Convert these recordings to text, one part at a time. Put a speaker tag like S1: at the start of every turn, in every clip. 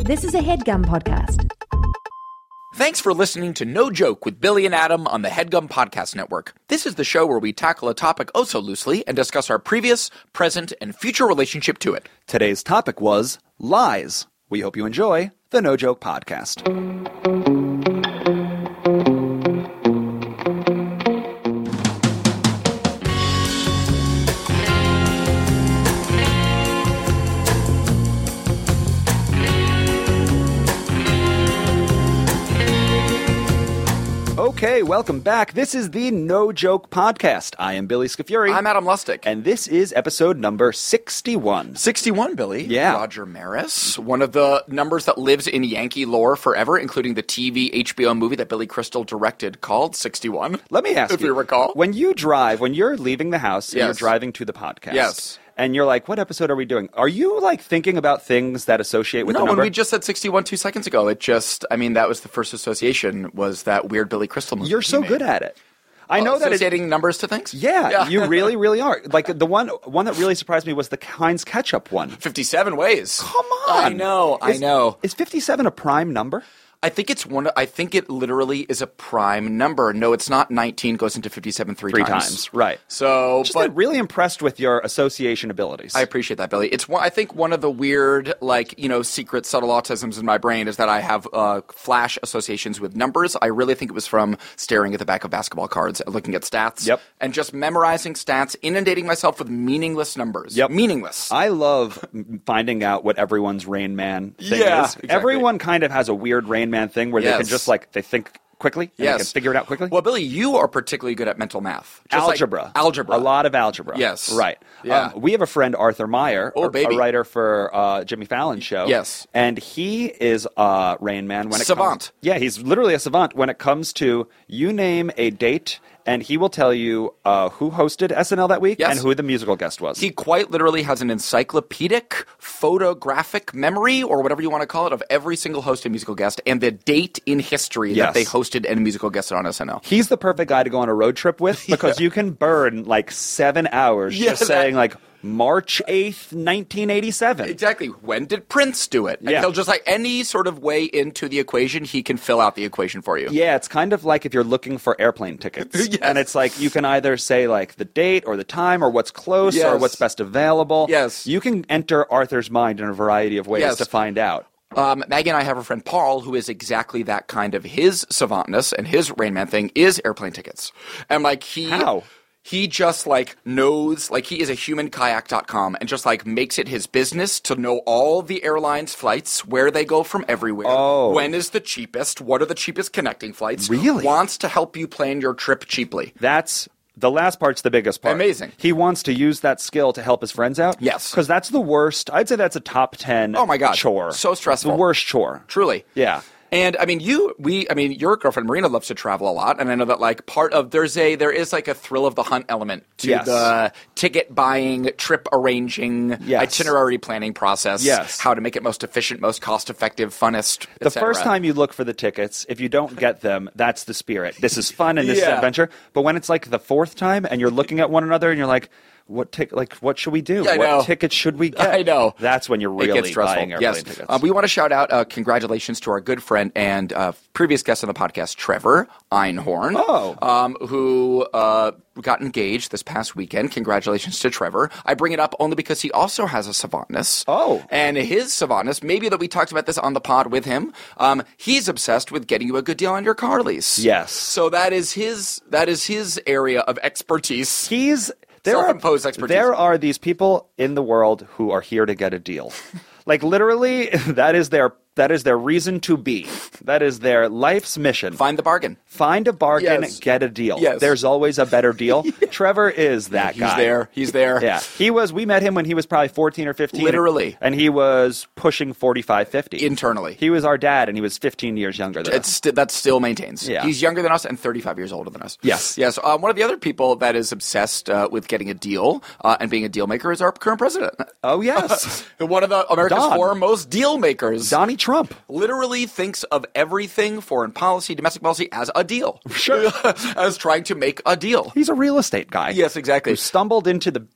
S1: This is a headgum podcast.
S2: Thanks for listening to No Joke with Billy and Adam on the Headgum Podcast Network. This is the show where we tackle a topic oh so loosely and discuss our previous, present, and future relationship to it.
S3: Today's topic was lies. We hope you enjoy the No Joke Podcast. Okay, welcome back. This is the No Joke Podcast. I am Billy Scafuri.
S2: I'm Adam Lustig.
S3: And this is episode number 61.
S2: 61, Billy.
S3: Yeah.
S2: Roger Maris, one of the numbers that lives in Yankee lore forever, including the TV HBO movie that Billy Crystal directed called 61.
S3: Let me ask
S2: If
S3: you.
S2: you recall.
S3: When you drive, when you're leaving the house and you're
S2: Yes.
S3: driving to the podcast.
S2: Yes.
S3: And you're like, what episode are we doing? Are you like thinking about things that associate with
S2: no,
S3: the
S2: when
S3: number?
S2: we just said 61 two seconds ago, it just, I mean, that was the first association was that weird Billy Crystal movie.
S3: you're
S2: he
S3: so
S2: made. Oh,
S3: good at it. I know that it,
S2: Associating numbers to things?
S3: Yeah, you really, really are. Like the one one that really surprised me was the Heinz ketchup one.
S2: 57 ways.
S3: Come on,
S2: I know, I
S3: Is-
S2: know.
S3: Is fifty-seven a prime number?
S2: I think it's one. I think it literally is a prime number. No, it's not. Nineteen goes into fifty-seven three,
S3: Three
S2: times.
S3: times, right.
S2: So,
S3: Just
S2: but
S3: like, really impressed with your association abilities.
S2: I appreciate that, Billy. It's one. I think one of the weird, like you know, secret subtle autisms in my brain is that I have uh, flash associations with numbers. I really think it was from staring at the back of basketball cards, looking at stats,
S3: Yep.
S2: and just memorizing stats, inundating myself with meaningless numbers.
S3: Yep.
S2: meaningless.
S3: I love m- finding out what everyone's Rain Man thing
S2: Yeah,
S3: is.
S2: exactly.
S3: Everyone kind of has a weird Rain Man thing where they can
S2: Yes.
S3: just like they think quickly and they
S2: yes,
S3: can figure it out quickly.
S2: Well, Billy, you are particularly good at mental math, Just like
S3: algebra,
S2: algebra,
S3: a lot of algebra.
S2: Yes.
S3: right.
S2: Yeah.
S3: Um, we have a friend Arthur Meyer,
S2: Oh,
S3: a-
S2: baby.
S3: a writer for uh, Jimmy Fallon show.
S2: Yes.
S3: and he is uh, Rain Man when it
S2: Savant.
S3: Comes, yeah, he's literally a savant when it comes to you name a date, and he will tell you uh, who hosted SNL that week
S2: Yes.
S3: and who the musical guest was.
S2: He quite literally has an encyclopedic photographic memory, or whatever you want to call it, of every single host and musical guest and the date in history
S3: Yes.
S2: that they hosted and musical guested on SNL.
S3: He's the perfect guy to go on a road trip with because you can burn like seven hours
S2: Yeah,
S3: just
S2: that-
S3: saying like March eighth, nineteen eighty-seven.
S2: Exactly. When did Prince do it? And
S3: Yeah.
S2: he'll just like any sort of way into the equation, he can fill out the equation for you.
S3: Yeah, it's kind of like if you're looking for airplane tickets.
S2: Yes.
S3: And it's like you can either say like the date or the time or what's close or
S2: Yes.
S3: what's best available.
S2: Yes.
S3: You can enter Arthur's mind in a variety of ways
S2: Yes.
S3: to find out.
S2: Um, Maggie and I have a friend Paul who is exactly that kind of his savantness and his Rain Man thing is airplane tickets. And like he
S3: How?
S2: he just like knows like he is a humankayak.com and just like makes it his business to know all the airlines flights where they go from everywhere
S3: Oh.
S2: when is the cheapest what are the cheapest connecting flights
S3: Really?
S2: wants to help you plan your trip cheaply
S3: That's the last part's the biggest part.
S2: Amazing.
S3: He wants to use that skill to help his friends out.
S2: Yes.
S3: Because that's the worst. I'd say that's a top ten
S2: Oh my God.
S3: chore.
S2: So stressful.
S3: The worst chore.
S2: Truly.
S3: Yeah.
S2: And I mean, you, we, I mean, your girlfriend Marina loves to travel a lot, and I know that like part of there's a there is like a thrill of the hunt element to
S3: Yes.
S2: the ticket buying, trip arranging,
S3: Yes.
S2: itinerary planning process.
S3: Yes.
S2: how to make it most efficient, most cost effective, funnest. et
S3: The
S2: cetera.
S3: first time you look for the tickets, if you don't get them, that's the spirit. This is fun and this is
S2: Yeah.
S3: adventure. But when it's like the fourth time and you're looking at one another and you're like, what tick? Like, what should we do?
S2: Yeah, I
S3: what
S2: know.
S3: tickets should we get?
S2: I know.
S3: That's when you're
S2: It
S3: really
S2: gets stressful.
S3: buying airplane
S2: yes.
S3: tickets.
S2: Uh, we want to shout out uh, congratulations to our good friend and uh, previous guest on the podcast, Trevor Einhorn,
S3: Oh.
S2: um, who uh, got engaged this past weekend. Congratulations to Trevor. I bring it up only because he also has a savantness.
S3: Oh.
S2: And his savantness, maybe that we talked about this on the pod with him, um, he's obsessed with getting you a good deal on your car lease.
S3: Yes.
S2: So that is his that is his area of expertise.
S3: He's there
S2: Self-imposed
S3: are,
S2: expertise.
S3: There are these people in the world who are here to get a deal. like literally, that is their that is their reason to be. That is their life's mission.
S2: Find the bargain.
S3: Find a bargain,
S2: Yes.
S3: get a deal.
S2: Yes.
S3: There's always a better deal. Trevor is that
S2: He's
S3: guy.
S2: there. He's there.
S3: Yeah. He was we met him when he was probably 14 or 15.
S2: Literally.
S3: And he was pushing 45, 50.
S2: Internally.
S3: He was our dad and he was 15 years younger than
S2: it's
S3: us.
S2: st- that still maintains.
S3: Yeah.
S2: He's younger than us and 35 years older than us.
S3: Yes.
S2: Yes. Um, one of the other people that is obsessed uh, with getting a deal uh, and being a deal maker is our current president.
S3: Oh yes.
S2: One of the America's
S3: Don.
S2: foremost deal makers.
S3: Donnie Trump.
S2: literally thinks of everything foreign policy, domestic policy as a deal. Sure. as trying to make a deal.
S3: He's a real estate guy.
S2: Yes, exactly.
S3: Who stumbled into the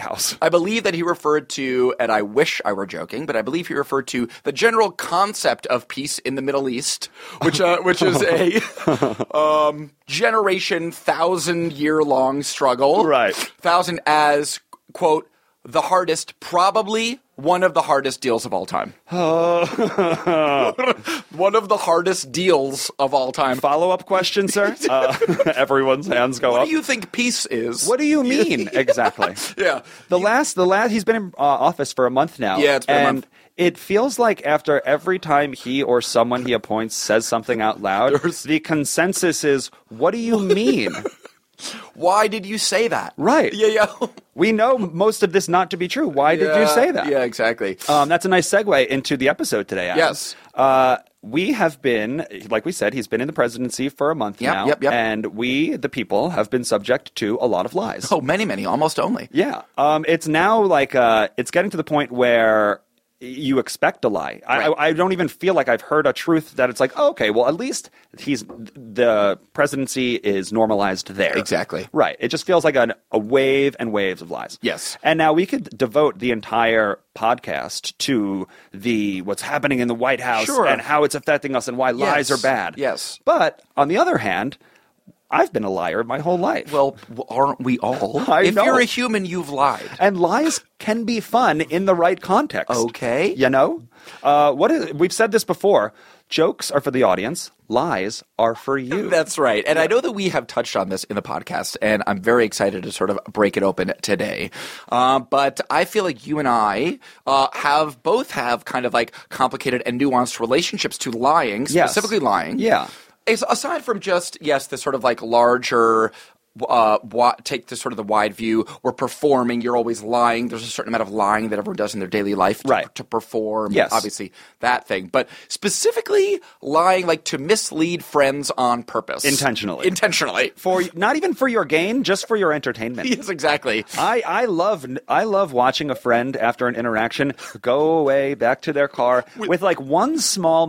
S3: House.
S2: I believe that he referred to, and I wish I were joking, but I believe he referred to the general concept of peace in the Middle East, which uh, which is a um, generation, thousand year long struggle,
S3: Right.
S2: Thousand as quote the hardest, probably one of the hardest deals of all time. one of the hardest deals of all time.
S3: Follow up question, sir? Uh, everyone's hands go
S2: What
S3: up.
S2: do you think peace is?
S3: what do you mean exactly?
S2: Yeah.
S3: The last, the last, he's been in uh, office for a month now.
S2: Yeah, it's been a
S3: and
S2: month.
S3: It feels like after every time he or someone he appoints says something out loud, the consensus is, "What do you mean?"
S2: Why did you say that?
S3: Right.
S2: Yeah, yeah.
S3: we know most of this not to be true. Why did you
S2: Yeah,
S3: say that?
S2: Yeah, exactly.
S3: Um, that's a nice segue into the episode today. Adam.
S2: Yes.
S3: Uh, we have been, like we said, he's been in the presidency for a month
S2: Yep,
S3: now.
S2: yep, yep.
S3: And we, the people, have been subject to a lot of lies.
S2: oh, many, many, almost only.
S3: Yeah. Um, it's now like, uh, it's getting to the point where you expect a lie. I,
S2: Right.
S3: I, I don't even feel like I've heard a truth that it's like, oh, okay, well, at least he's the presidency is normalized there.
S2: Exactly.
S3: Right. It just feels like an, a wave and waves of lies.
S2: Yes.
S3: And now we could devote the entire podcast to the what's happening in the White House
S2: Sure.
S3: and how it's affecting us and why lies
S2: Yes.
S3: are bad.
S2: Yes.
S3: But on the other hand, I've been a liar my whole life.
S2: Well, w- aren't we all?
S3: I
S2: if
S3: know.
S2: you're a human, you've lied.
S3: and lies can be fun in the right context.
S2: Okay.
S3: You know? Uh, what is, we've said this before. Jokes are for the audience, lies are for you.
S2: That's right. And I know that we have touched on this in the podcast, and I'm very excited to sort of break it open today. Uh, but I feel like you and I uh, have both have kind of like complicated and nuanced relationships to lying,
S3: Yes.
S2: specifically lying.
S3: Yeah.
S2: As, aside from just, yes, the sort of like larger. Uh, wa- take the sort of the wide view. We're performing. You're always lying. There's a certain amount of lying that everyone does in their daily life to,
S3: Right.
S2: to perform.
S3: Yes.
S2: obviously obviously that thing, but specifically lying like to mislead friends on purpose.
S3: Intentionally.
S2: Intentionally.
S3: for not even for your gain, just for your entertainment.
S2: Yes, exactly.
S3: I, I love I love watching a friend after an interaction go away back to their car with, like one small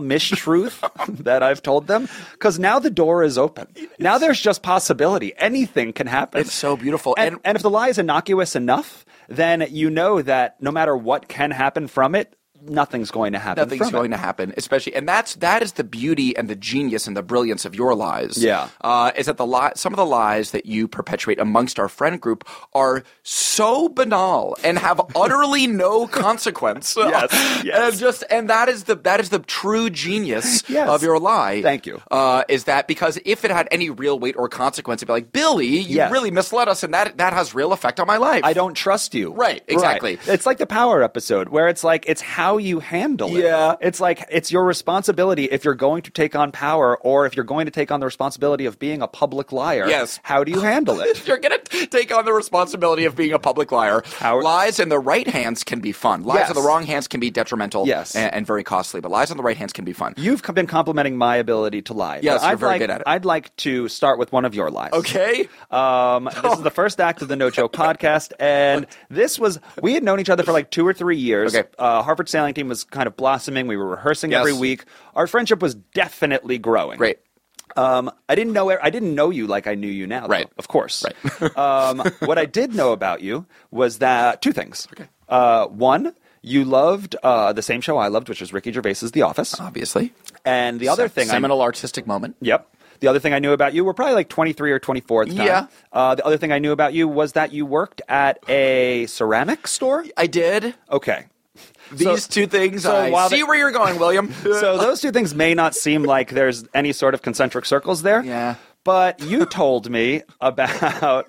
S3: mistruth that I've told them because now the door is open. Now there's just possibility. Anything can happen.
S2: It's so beautiful.
S3: And,
S2: And-
S3: and if the lie is innocuous enough, then you know that no matter what can happen from it, nothing's going to happen.
S2: Nothing's
S3: from
S2: going
S3: it.
S2: to happen, especially, and that's that is the beauty and the genius and the brilliance of your lies.
S3: Yeah.
S2: uh, is that the li- some of the lies that you perpetuate amongst our friend group are so banal and have utterly no consequence.
S3: Yes, yes.
S2: and just and that is the that is the true genius
S3: Yes.
S2: of your lie.
S3: Thank you.
S2: Uh, is that because if it had any real weight or consequence, it'd be like Billy, you
S3: Yes.
S2: really misled us, and that that has real effect on my life.
S3: I don't trust you.
S2: Right, exactly.
S3: It's like the power episode where it's like it's how you handle it.
S2: Yeah.
S3: It's like it's your responsibility if you're going to take on power or if you're going to take on the responsibility of being a public liar.
S2: Yes.
S3: How do you handle it?
S2: You're going to take on the responsibility of being a public liar.
S3: How-
S2: lies in the right hands can be fun. Lies
S3: Yes.
S2: in the wrong hands can be detrimental
S3: Yes.
S2: and, and very costly, but lies on the right hands can be fun.
S3: You've c- been complimenting my ability to lie.
S2: Yes,
S3: But
S2: you're
S3: I'd
S2: very
S3: like,
S2: good at it.
S3: I'd like to start with one of your lies.
S2: Okay? Uh,
S3: Um, this is the first act of the No Joke podcast, and this was we had known each other for like two or three years.
S2: Okay.
S3: Uh, Harvard sailing team was kind of blossoming. We were rehearsing
S2: Yes.
S3: every week. Our friendship was definitely growing.
S2: Great.
S3: Um, I didn't know I didn't know you like I knew you now. though,
S2: Right.
S3: Of course. Right. um, what I did know about you was that two things. Okay. Uh, one. You loved uh, the same show I loved, which was Ricky Gervais's The Office.
S2: Obviously.
S3: And the other
S2: Oh, Se-
S3: thing I
S2: seminal artistic moment.
S3: Yep. The other thing I knew about you were probably like 23 or 24 at the time.
S2: Yeah.
S3: Uh, the other thing I knew about you was that you worked at a ceramic store.
S2: I did
S3: Okay.
S2: these
S3: So-
S2: two things.
S3: so
S2: I
S3: while
S2: see
S3: the-
S2: where you're going, William.
S3: So those two things may not seem like there's any sort of concentric circles there.
S2: Yeah.
S3: But you told me about.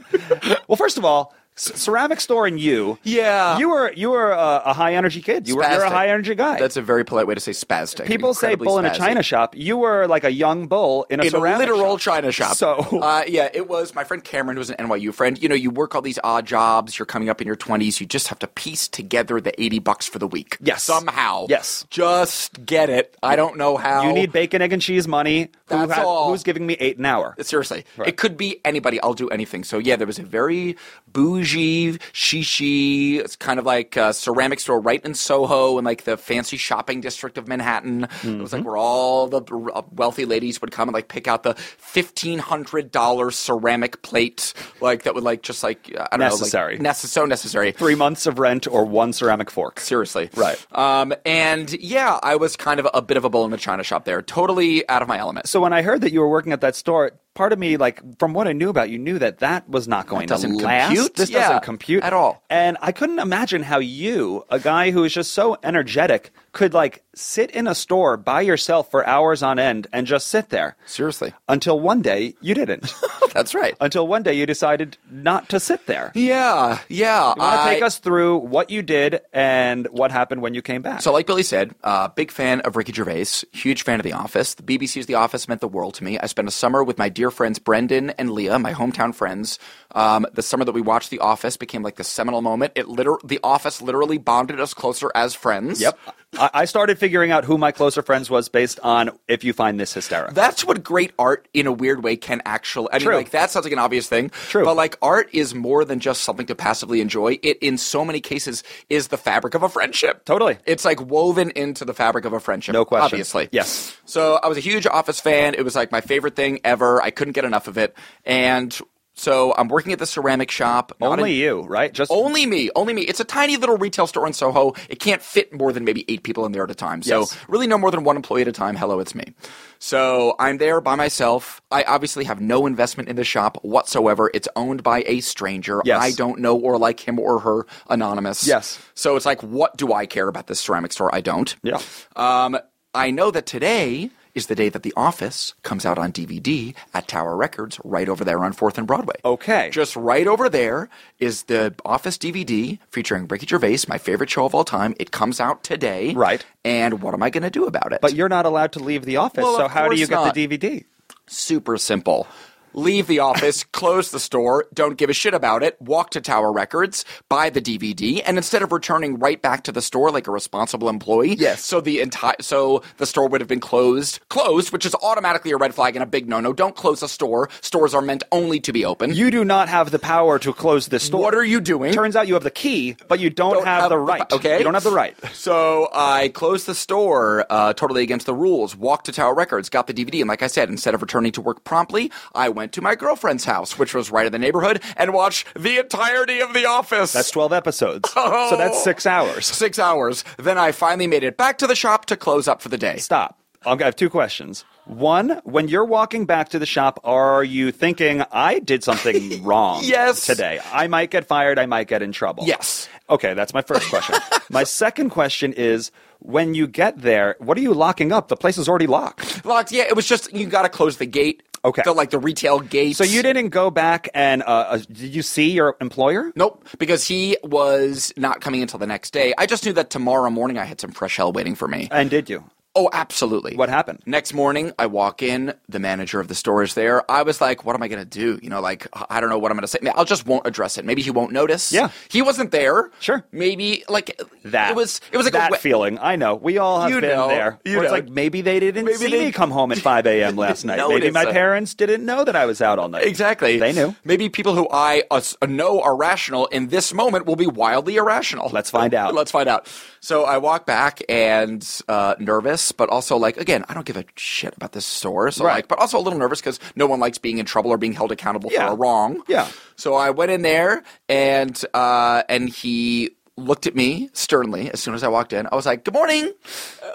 S3: Well, first of all, c- ceramic store and you.
S2: Yeah.
S3: You were you were a, a high energy kid. You were you're a
S2: Spastic.
S3: high energy guy.
S2: That's a very polite way to say spastic.
S3: People say
S2: Incredibly
S3: bull in a
S2: spastic.
S3: china shop. You were like a young bull in a
S2: in a
S3: ceramic
S2: literal
S3: shop.
S2: china shop.
S3: So-
S2: uh, yeah, it was my friend Cameron, who was an NYU friend. You know, you work all these odd jobs. You're coming up in your 20s. You just have to piece together the 80 bucks for the week.
S3: Yes.
S2: somehow.
S3: Yes.
S2: just get it. I don't know how.
S3: You need bacon, egg, and cheese money.
S2: That's all.
S3: Who's giving me eight an hour?
S2: Seriously,
S3: Right.
S2: it could be anybody. I'll do anything. So yeah, there was a very bougie bougie shishi. It's kind of like a ceramic store right in Soho and like the fancy shopping district of Manhattan. It was like
S3: Mm-hmm.
S2: where all the r- uh, wealthy ladies would come and like pick out the fifteen hundred dollar ceramic plate, like that would like just like I don't
S3: Necessary.
S2: know, like, necess- so necessary.
S3: Three months of rent or one ceramic fork.
S2: Seriously.
S3: Right.
S2: Um, and yeah, I was kind of a bit of a bull in the china shop there. Totally out of my element.
S3: So when I heard that you were working at that store, part of me, like from what I knew about you, knew that that was not going to
S2: doesn't
S3: last.
S2: compute?
S3: This
S2: Yeah,
S3: doesn't compute
S2: at all.
S3: And I couldn't imagine how you, a guy who is just so energetic, could like sit in a store by yourself for hours on end and just sit there.
S2: Seriously.
S3: Until one day you didn't.
S2: That's right.
S3: Until one day you decided not to sit there. You
S2: Yeah, yeah.
S3: want to
S2: I-
S3: take us through what you did and what happened when you came back?
S2: So, like Billy said, uh, big fan of Ricky Gervais, huge fan of The Office. The BBC's The Office meant the world to me. I spent a summer with my dear friends Brendan and Leah, my hometown friends. Um, the summer that we watched The Office became like the seminal moment. It liter- The Office literally bonded us closer as friends.
S3: Yep. I I started figuring out who my closer friends was based on if you find this hysterical.
S2: That's what great art, in a weird way, can actually. I mean,
S3: True.
S2: like that sounds like an obvious thing.
S3: True.
S2: But like art is more than just something to passively enjoy. It, in so many cases, is the fabric of a friendship.
S3: Totally.
S2: It's like woven into the fabric of a friendship.
S3: No question.
S2: Obviously.
S3: Yes.
S2: So I was a huge Office fan. It was like my favorite thing ever. I couldn't get enough of it. And so I'm working at the ceramic shop. not
S3: Only
S2: in-
S3: you, right? Just
S2: only me. Only me. It's a tiny little retail store in Soho. It can't fit more than maybe eight people in there at a time. So
S3: Yes.
S2: really no more than one employee at a time. Hello, it's me. So I'm there by myself. I obviously have no investment in the shop whatsoever. It's owned by a stranger.
S3: Yes.
S2: I don't know or like him or her anonymous.
S3: Yes.
S2: So it's like, what do I care about this ceramic store? I don't.
S3: Yeah.
S2: Um, I know that today is the day that The Office comes out on DVD at Tower Records right over there on 4th and Broadway.
S3: Okay.
S2: Just right over there is the Office DVD featuring Ricky Gervais, my favorite show of all time. It comes out today.
S3: Right.
S2: And what am I going to do about it?
S3: But you're not allowed to leave the office,
S2: Well,
S3: so
S2: of
S3: how do you
S2: course
S3: get
S2: not.
S3: the DVD?
S2: super simple. Leave the office, close the store, don't give a shit about it, walk to Tower Records, buy the DVD, and instead of returning right back to the store like a responsible employee,
S3: Yes.
S2: so the entire so the store would have been closed, closed, which is automatically a red flag and a big no-no. Don't close a store. Stores are meant only to be open.
S3: You do not have the power to close this store.
S2: what are you doing?
S3: Turns out you have the key, but you don't,
S2: Don't
S3: have,
S2: have
S3: the
S2: the-
S3: right.
S2: Oh, uh, okay.
S3: You don't have the right.
S2: So I closed the store uh, totally against the rules, walked to Tower Records, got the DVD, and like I said, instead of returning to work promptly, I went to my girlfriend's house, which was right in the neighborhood, and watched the entirety of The Office.
S3: That's 12 episodes. So
S2: Oh.
S3: that's six hours.
S2: Six hours. Then I finally made it back to the shop to close up for the day.
S3: Stop. Okay, I have two questions. One, when you're walking back to the shop, are you thinking, I did something wrong
S2: Yes.
S3: today? I might get fired. I might get in trouble.
S2: Yes.
S3: Okay, that's my first question. my second question is, when you get there, what are you locking up? The place is already locked.
S2: Locked. Yeah, it was just you got to close the gate.
S3: Okay.
S2: The, like the retail gate.
S3: So you didn't go back and uh, uh, did you see your employer?
S2: Nope, because he was not coming until the next day. I just knew that tomorrow morning I had some fresh hell waiting for me.
S3: And did you?
S2: Oh, absolutely.
S3: Uh, What happened?
S2: Next morning, I walk in. The manager of the store is there. I was like, "What am I going to do?" You know, like I don't know what I'm going to say. I'll just won't address it. Maybe he won't notice.
S3: Yeah.
S2: he wasn't there.
S3: Sure.
S2: Maybe like
S3: That
S2: It was. It was like
S3: that
S2: a, we-
S3: feeling. I know we all have
S2: You
S3: been
S2: know,
S3: there.
S2: you
S3: where it's
S2: know.
S3: like maybe they didn't
S2: Maybe
S3: see
S2: they-
S3: me come home at five a.m. last night.
S2: No, it
S3: maybe
S2: is
S3: my
S2: a-
S3: parents didn't know that I was out all night.
S2: Exactly.
S3: They knew.
S2: Maybe people who I uh, s- know are rational in this moment will be wildly irrational.
S3: Let's find out.
S2: Let's find out. So I walk back and uh, nervous, but also like again, I don't give a shit about this store. So
S3: Right.
S2: like, but also a little nervous because no one likes being in trouble or being held accountable
S3: Yeah.
S2: for a wrong.
S3: Yeah.
S2: So I went in there and uh, and he looked at me sternly as soon as I walked in. I was like, "Good morning,"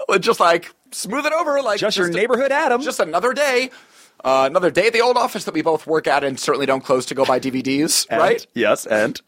S2: Uh, just like smooth it over, like
S3: Just your neighborhood Adam.
S2: Just another day. Uh, another day at the old office that we both work at and certainly don't close to go buy DVDs,
S3: And-
S2: right?
S3: Yes, and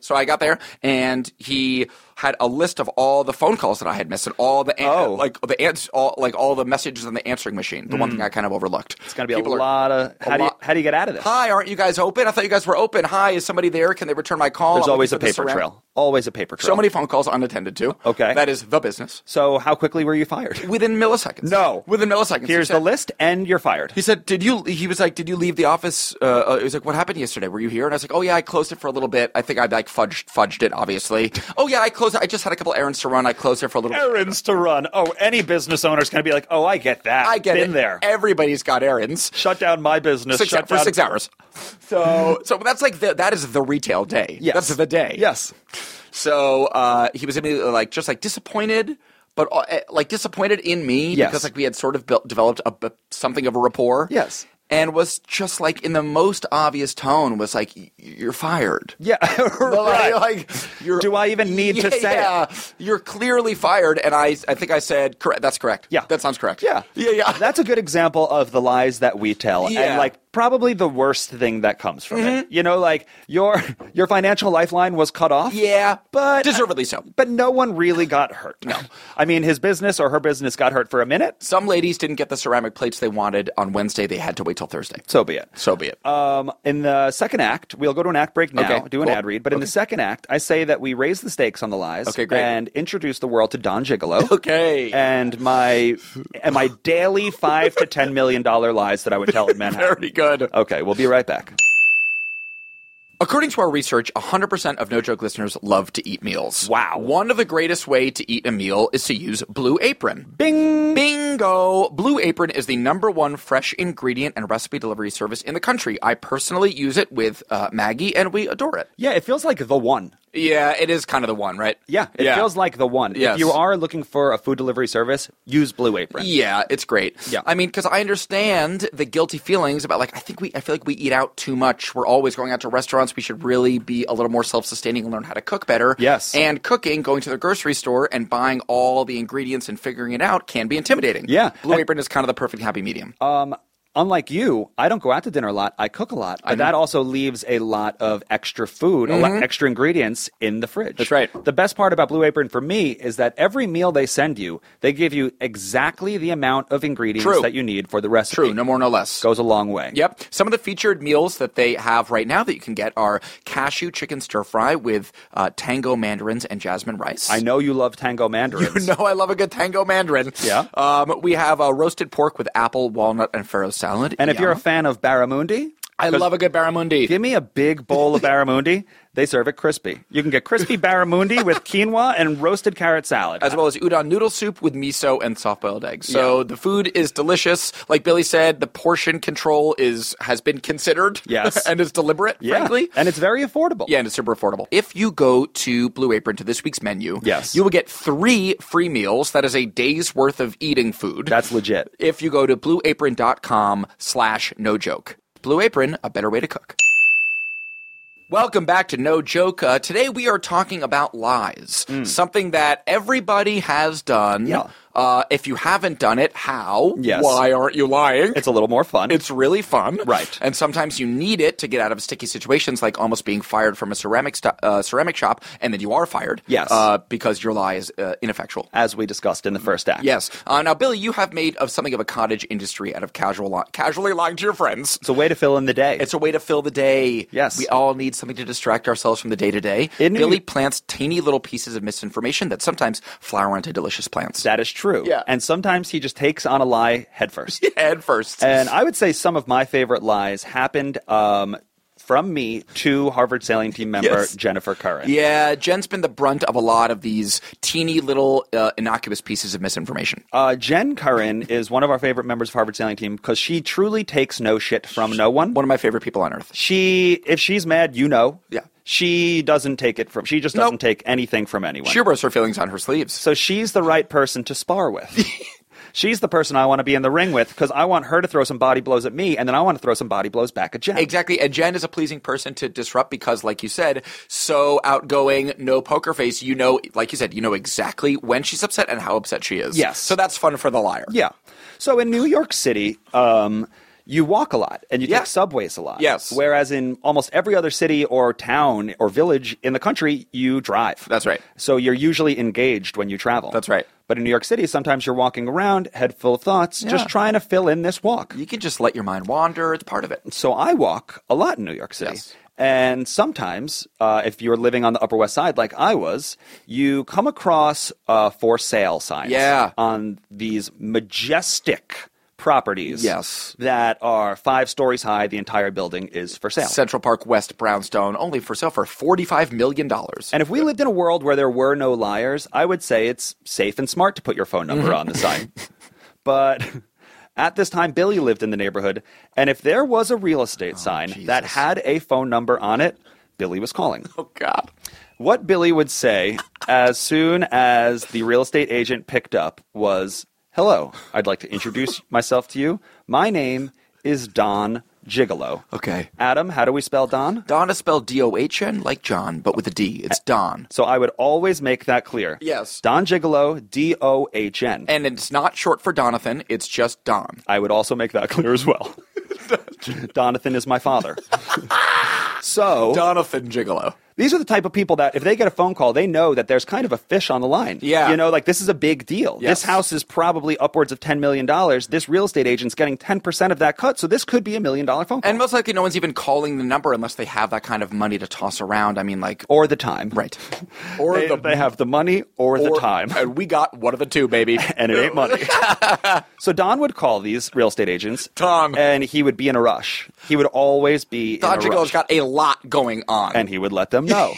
S2: So I got there, and he had a list of all the phone calls that I had missed, and all the an-
S3: Oh.
S2: like the ans- all like all the messages on the answering machine. The one thing I kind of overlooked.
S3: Hmm. it's gonna be a lot of how do you,
S2: lot-
S3: how do you get out of this?
S2: Hi, aren't you guys open? I thought you guys were open. Hi, is somebody there? Can they return my call?
S3: There's
S2: I'm
S3: always a
S2: looking for the
S3: paper
S2: ceramic-
S3: trail. Always a paper trail.
S2: So many phone calls unattended to.
S3: Okay.
S2: that is the business.
S3: So how quickly were you fired?
S2: Within milliseconds.
S3: No.
S2: within milliseconds.
S3: Here's
S2: He said-
S3: the list, and you're fired.
S2: He said, "Did did you? He was like, did you leave the office? Uh, uh, he was like, what happened yesterday? Were you here? And I was like, oh yeah, I closed it for a little bit. I think I like fudged fudged it, obviously. oh yeah, I closed. it. I just had a couple errands to run. I closed it for a little.
S3: errands to run. Oh, any business owner's going to be like, oh, I get that.
S2: I get
S3: Been
S2: it.
S3: there.
S2: Everybody's got errands.
S3: Shut down my business.
S2: Six,
S3: shut
S2: for
S3: down- Oh.
S2: six hours. So, so that's like the, that is the retail day.
S3: Yes.
S2: that's the day.
S3: Yes.
S2: So uh, he was immediately like just like disappointed, but uh, eh, like disappointed in me
S3: Yes.
S2: because like we had sort of built, developed a, b- something of a rapport.
S3: Yes.
S2: and was just like in the most obvious tone was like, "Y- "You're fired."
S3: Yeah.
S2: Like,
S3: right.
S2: like, you're,
S3: Do I even need to
S2: Yeah,
S3: say it?
S2: Yeah, you're clearly fired, and I I think I said correct. That's correct.
S3: Yeah.
S2: that sounds correct.
S3: Yeah.
S2: yeah, yeah.
S3: That's a good example of the lies that we tell.
S2: Yeah. Mm-hmm.
S3: And like probably the worst thing that comes from it. You know, like your your financial lifeline was cut off.
S2: yeah,
S3: But
S2: deservedly so.
S3: But no one really got hurt. No. I mean his business or her business got hurt for a minute.
S2: Some ladies didn't get the ceramic plates they wanted on Wednesday. They had to wait till Thursday.
S3: So be it.
S2: So be it.
S3: Um, in the second act, we'll go to an act break now,
S2: Okay,
S3: do an
S2: cool.
S3: ad read. But in the second act, I say that we raise the stakes on the lies
S2: Okay, great.
S3: and introduce the world to Don Gigolo.
S2: Okay.
S3: And my and my daily five to ten million dollar lies that I would tell in Manhattan.
S2: Very good.
S3: Okay, we'll be right back.
S2: According to our research, 100% of No Joke listeners love to eat meals.
S3: Wow.
S2: One of the greatest way to eat a meal is to use Blue Apron.
S3: Bing.
S2: Bingo! Blue Apron is the number one fresh ingredient and recipe delivery service in the country. I personally use it with uh, Maggie, and we adore it.
S3: Yeah, it feels like the one.
S2: Yeah, it is kind of the one, right?
S3: Yeah, it feels like the one.
S2: Yes.
S3: If you are looking for a food delivery service, use Blue Apron.
S2: Yeah, it's great.
S3: Yeah.
S2: I mean, because I understand the guilty feelings about like I think we I feel like we eat out too much. We're always going out to restaurants. We should really be a little more self sustaining and learn how to cook better.
S3: Yes.
S2: And cooking, going to the grocery store and buying all the ingredients and figuring it out can be intimidating.
S3: Yeah. Uh,
S2: Blue Apron is kind of the perfect happy medium.
S3: unlike you, I don't go out to dinner a lot. I cook a lot. And that also leaves a lot of extra food, a lot extra ingredients in the fridge.
S2: Mm-hmm. That's right.
S3: The best part about Blue Apron for me is that every meal they send you, they give you exactly the amount of ingredients
S2: True.
S3: that you need for the recipe.
S2: True. No more, no less.
S3: Goes a long way.
S2: Yep. Some of the featured meals that they have right now that you can get are cashew chicken stir fry with uh, tango mandarins and jasmine rice.
S3: I know you love tango mandarins.
S2: No, I love a good tango mandarin.
S3: Yeah.
S2: Um, we have uh, roasted pork with apple, walnut, and farro salad.
S3: And if you're a
S2: Yum.
S3: fan of barramundi,
S2: I love a good barramundi.
S3: give me a big bowl of barramundi. They serve it crispy. You can get crispy barramundi with quinoa and roasted carrot salad.
S2: as well as udon noodle soup with miso and soft-boiled eggs. So the food is delicious. Like Billy said, the portion control is has been considered.
S3: Yes.
S2: and is deliberate.
S3: Yeah.
S2: Frankly,
S3: And it's very affordable.
S2: Yeah, and it's super affordable. If you go to Blue Apron to this week's menu,
S3: Yes.
S2: you will get three free meals. That is a day's worth of eating food.
S3: That's legit.
S2: if you go to blueapron.com slash no joke. Blue Apron, a better way to cook. Welcome back to No Joke. Uh, today we are talking about lies, something that everybody has done.
S3: Hmm. Yeah.
S2: Uh, if you haven't done it, how?
S3: Yes.
S2: Why aren't you lying?
S3: It's a little more fun.
S2: It's really fun,
S3: Right.
S2: And sometimes you need it to get out of sticky situations, like almost being fired from a ceramic sto- uh, ceramic shop, and then you are fired,
S3: Yes.
S2: uh, because your lie is uh, ineffectual.
S3: as we discussed in the first act.
S2: Yes. Uh, now, Billy, you have made of something of a cottage industry out of casual li- casually lying to your friends.
S3: It's a way to fill in the day.
S2: It's a way to fill the day.
S3: Yes.
S2: We all need something to distract ourselves from the day to day.
S3: Isn't
S2: Billy
S3: it-
S2: plants tiny little pieces of misinformation that sometimes flower into delicious plants.
S3: that is true.
S2: Yeah.
S3: And sometimes he just takes on a lie headfirst.
S2: Head first.
S3: and I would say some of my favorite lies happened um, from me to Harvard sailing team member
S2: Yes.
S3: Jennifer Curran.
S2: yeah, Jen's been the brunt of a lot of these teeny little uh, innocuous pieces of misinformation.
S3: Uh, Jen Curran is one of our favorite members of Harvard sailing team because she truly takes no shit from no one.
S2: One of my favorite people on earth.
S3: She, if she's mad, you know.
S2: Yeah.
S3: She doesn't take it from. She just doesn't
S2: Nope.
S3: take anything from anyone.
S2: She wears her feelings on her sleeves.
S3: So she's the right person to spar with. she's the person I want to be in the ring with because I want her to throw some body blows at me, and then I want to throw some body blows back at Jen.
S2: Exactly. And Jen is a pleasing person to disrupt because, like you said, so outgoing, no poker face. You know, like you said, you know exactly when she's upset and how upset she is.
S3: Yes.
S2: So that's fun for the liar.
S3: Yeah. So in New York City, um, you walk a lot and you
S2: Yeah.
S3: take subways a lot.
S2: Yes.
S3: Whereas in almost every other city or town or village in the country, you drive.
S2: That's right.
S3: So you're usually engaged when you travel.
S2: That's right.
S3: But in New York City, sometimes you're walking around, head full of thoughts,
S2: Yeah.
S3: just trying to fill in this walk.
S2: You can just let your mind wander. It's part of it.
S3: so I walk a lot in New York City.
S2: Yes.
S3: And sometimes, uh, if you're living on the Upper West Side like I was, you come across uh, for sale signs
S2: Yeah.
S3: on these majestic properties
S2: Yes.
S3: that are five stories high. The entire building is for sale.
S2: Central Park West brownstone only for sale for $45 million.
S3: And if we lived in a world where there were no liars, I would say it's safe and smart to put your phone
S2: Mm-hmm.
S3: number on the sign. But at this time, Billy lived in the neighborhood, and if there was a real estate sign that
S2: Oh, Jesus.
S3: had a phone number on it, Billy was calling.
S2: oh, God.
S3: What Billy would say as soon as the real estate agent picked up was, "Hello, I'd like to introduce myself to you. My name is Don Gigolo."
S2: Okay.
S3: Adam, how do we spell Don?
S2: Don is spelled D O H N, like John, but with a D. It's Don.
S3: So I would always make that clear.
S2: Yes.
S3: Don Gigolo, D O H N.
S2: And it's not short for Donathan, it's just Don.
S3: I would also make that clear as well. Donathan is my father. so
S2: Donathan Gigolo.
S3: these are the type of people that if they get a phone call, they know that there's kind of a fish on the line.
S2: Yeah.
S3: You know, like this is a big deal.
S2: Yes.
S3: This house is probably upwards of $10 million. This real estate agent's getting 10% of that cut. So this could be a million dollar phone call.
S2: And most likely, no one's even calling the number unless they have that kind of money to toss around. I mean, like,
S3: or the time.
S2: right.
S3: Or they, they have the money or, the
S2: or-
S3: time.
S2: And we got one of the two, baby.
S3: and it ain't money. so Don would call these real estate agents.
S2: Don.
S3: And he would be in a rush. He would always be
S2: Don
S3: in a
S2: Gigolo's
S3: rush.
S2: got a lot going on.
S3: and he would let them know.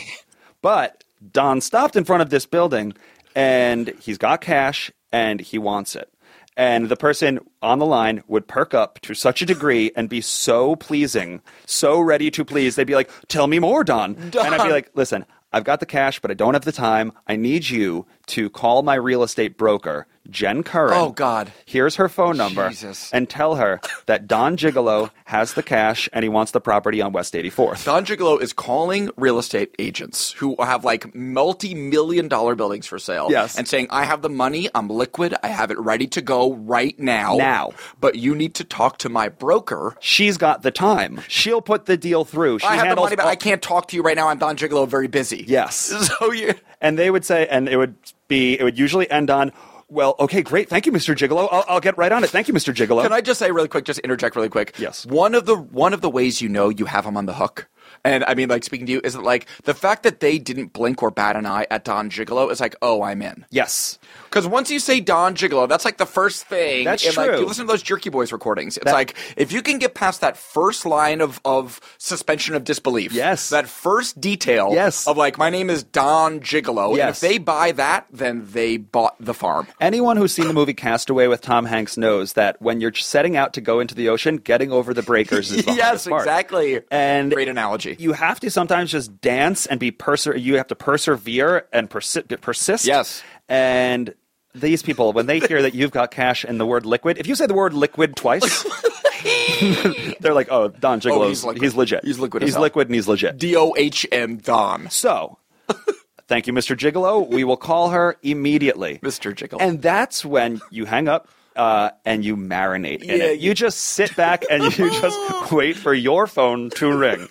S3: but Don stopped in front of this building and he's got cash and he wants it. And the person on the line would perk up to such a degree and be so pleasing, so ready to please. They'd be like, Tell me more, Don. And I'd be like, Listen, I've got the cash, but I don't have the time. I need you to call my real estate broker, Jen Curran.
S2: Oh, God.
S3: Here's her phone number
S2: Jesus.
S3: and tell her that Don Gigolo has the cash and he wants the property on West 84th.
S2: Don Gigolo is calling real estate agents who have like multi million dollar buildings for sale.
S3: Yes.
S2: And saying, I have the money, I'm liquid, I have it ready to go right now.
S3: Now.
S2: But you need to talk to my broker.
S3: She's got the time. She'll put the deal through. She
S2: I have the
S3: handles
S2: money, but
S3: all-
S2: I can't talk to you right now. I'm Don Gigolo, very busy.
S3: Yes.
S2: So you.
S3: And they would say, and it would be, it would usually end on, well, okay, great. Thank you, Mr. Gigolo. I'll, I'll get right on it. Thank you, Mr. Gigolo.
S2: Can I just say really quick? Just interject really quick.
S3: Yes.
S2: One of the one of the ways you know you have them on the hook, and I mean, like speaking to you, is that like the fact that they didn't blink or bat an eye at Don Gigolo is like, oh, I'm in.
S3: yes.
S2: Because once you say Don Gigolo, that's like the first thing.
S3: That's
S2: and, Like,
S3: true.
S2: you listen to those Jerky Boys recordings. It's like if you can get past that first line of, of suspension of disbelief.
S3: Yes.
S2: That first detail.
S3: Yes.
S2: Of like my name is Don Gigolo. And if
S3: Yes.
S2: they buy that, then they bought the farm.
S3: Anyone who's seen the movie Castaway with Tom Hanks knows that when you're setting out to go into the ocean, getting over the breakers is the
S2: yes,
S3: hardest part.
S2: exactly.
S3: And
S2: great analogy.
S3: you have to sometimes just dance and be perser. You have to persevere and persi- persist.
S2: Yes.
S3: And these people, when they hear that you've got cash and the word liquid, if you say the word liquid twice, they're like, "Oh, Don Gigolo,
S2: Oh, he's
S3: he's,
S2: liquid.
S3: legit.
S2: He's liquid as
S3: He's
S2: hell."
S3: liquid, and he's legit."
S2: D O H M Don.
S3: so, thank you, Mr. Gigolo. We will call her immediately,
S2: Mr. Gigolo.
S3: And that's when you hang up. Uh, and you marinate in
S2: Yeah,
S3: it.
S2: you-
S3: You just sit back and you just wait for your phone to ring.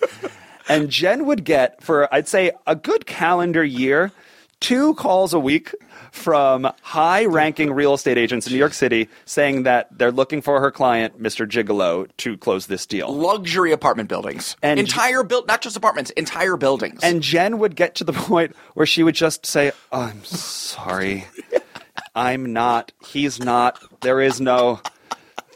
S3: And Jen would get, for I'd say a good calendar year, two calls a week from high ranking real estate agents in New York City saying that they're looking for her client, Mr. Gigolo, to close this deal.
S2: Luxury apartment buildings.
S3: And-
S2: entire build not just apartments, entire buildings.
S3: And Jen would get to the point where she would just say, oh, I'm sorry. I'm not. He's not. There is no.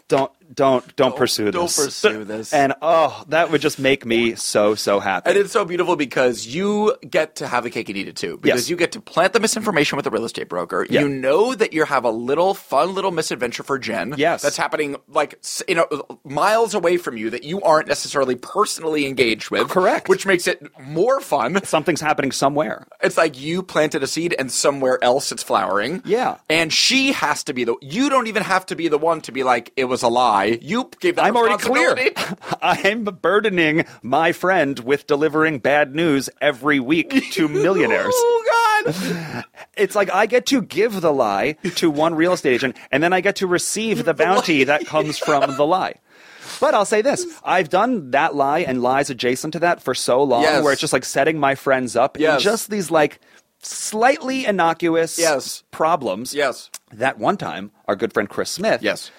S3: Don't don't don't, pursue
S2: don't
S3: this.
S2: pursue this.
S3: And oh, that would just make me so so happy.
S2: And it's so beautiful because you get to have the cake and eat it too. Because
S3: Yes.
S2: you get to plant the misinformation with the real estate broker.
S3: Yeah.
S2: You know that you have a little fun little misadventure for Jen.
S3: Yes.
S2: That's happening like s- you know miles away from you that you aren't necessarily personally engaged with.
S3: Correct.
S2: Which makes it more fun.
S3: Something's happening somewhere.
S2: It's like you planted a seed and somewhere else it's flowering.
S3: Yeah.
S2: And she has to be the you don't even have to be the one to be like it was a lie. You gave that
S3: I'm already clear.
S2: responsibility.
S3: I'm burdening my friend with delivering bad news every week to millionaires.
S2: Oh god.
S3: It's like I get to give the lie to one real estate agent, and then I get to receive the bounty that comes from the lie. But I'll say this: I've done that lie and lies adjacent to that for so long,
S2: Yes.
S3: where it's just like setting my friends up
S2: Yes.
S3: in just these like slightly innocuous
S2: Yes.
S3: problems.
S2: Yes.
S3: That one time, our good friend Chris Smith
S2: Yes.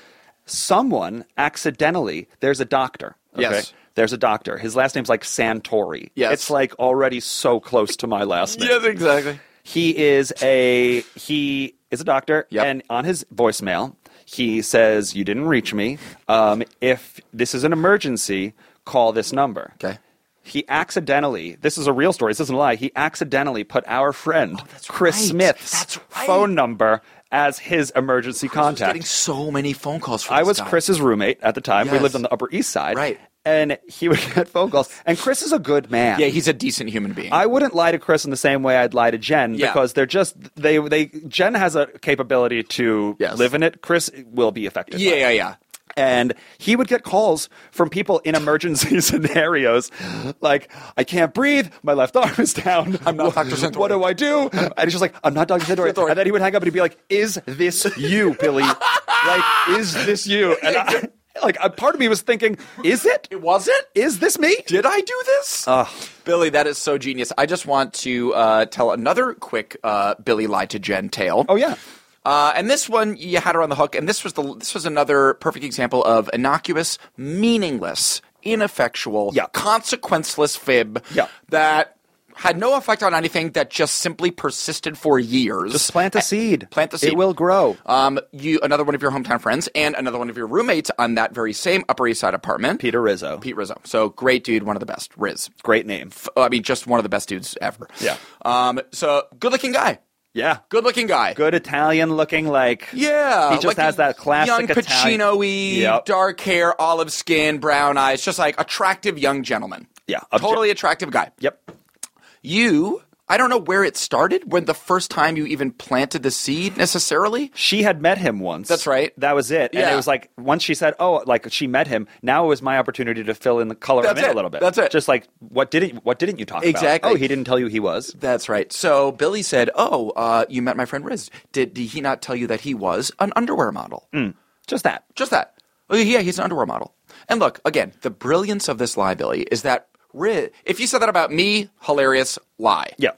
S3: someone accidentally there's a doctor
S2: Yes.
S3: there's a doctor his last name's like santori
S2: Yes.
S3: it's like already so close to my last name
S2: Yes, exactly.
S3: he is a he is a doctor
S2: Yep.
S3: and on his voicemail He says, You didn't reach me. Um, if this is an emergency, call this number.
S2: Okay.
S3: He accidentally, this is a real story, this isn't a lie, he accidentally put our friend, Chris
S2: Oh, right.
S3: Smith's
S2: That's right.
S3: phone number as his
S2: I
S3: emergency
S2: was getting
S3: contact.
S2: so many phone calls from
S3: I
S2: this
S3: was
S2: guy.
S3: Chris's roommate at the time. We
S2: Yes.
S3: lived on the Upper East Side.
S2: Right.
S3: And he would get phone calls. And Chris is a good man.
S2: Yeah, he's a decent human being.
S3: I wouldn't lie to Chris in the same way I'd lie to Jen
S2: Yeah.
S3: because they're just they they Jen has a capability to
S2: Yes.
S3: live in it. Chris will be affected. by
S2: yeah,
S3: it.
S2: yeah, yeah.
S3: And he would get calls from people in emergency scenarios, like "I can't breathe, my left arm is down. I'm
S2: not
S3: what,
S2: Dr. Santori."
S3: What do I do?" And he's just like, "I'm not Doctor Santori."
S2: Santori.
S3: And then he would hang up and he'd be like, "Is this you, Billy? like, is this you?" And I, like, a part of me was thinking, "Is it?
S2: It wasn't?
S3: Is this me?"
S2: Did I do this? Billy, that is so genius. I just want to uh, tell another quick uh, Billy lied to Jen tale.
S3: Oh yeah.
S2: Uh, and this one, you had her on the hook, and this was the this was another perfect example of innocuous, meaningless, ineffectual,
S3: Yeah.
S2: consequenceless fib
S3: Yeah.
S2: that had no effect on anything that just simply persisted for years.
S3: Just plant a seed.
S2: Plant the seed.
S3: It will grow.
S2: Um, you another one of your hometown friends and another one of your roommates on that very same Upper East Side apartment,
S3: Peter Rizzo.
S2: Pete Rizzo. So great dude, one of the best, Riz.
S3: Great name.
S2: F- I mean, just one of the best dudes ever.
S3: Yeah.
S2: Um. So good looking guy.
S3: Yeah. Good,
S2: Good looking guy.
S3: Italian looking, like.
S2: Yeah,
S3: He just
S2: like
S3: has
S2: a
S3: that classic
S2: young
S3: Italian-
S2: Pacino-y,
S3: Yep.
S2: dark hair, olive skin, brown eyes, just like attractive young gentleman.
S3: Yeah, obje-
S2: totally attractive guy.
S3: Yep.
S2: You, I don't know where it started, when the first time you even planted the seed necessarily.
S3: She had met him once.
S2: That's right.
S3: That was it. And
S2: Yeah.
S3: it was like, once she said, oh, like she met him, now it was my opportunity to fill in the color
S2: That's
S3: him in
S2: it.
S3: a little bit.
S2: That's it.
S3: Just like, what didn't, what didn't you talk about?
S2: Exactly.
S3: Oh, he didn't tell you he was.
S2: That's right. So Billy said, "Oh, uh, you met my friend Riz. Did, did he not tell you that he was an underwear model?
S3: Hmm. Just that.
S2: Just that. Oh, yeah, he's an underwear model. And look, again, the brilliance of this lie, Billy, is that Riz. If you said that about me, hilarious lie.
S3: Yeah.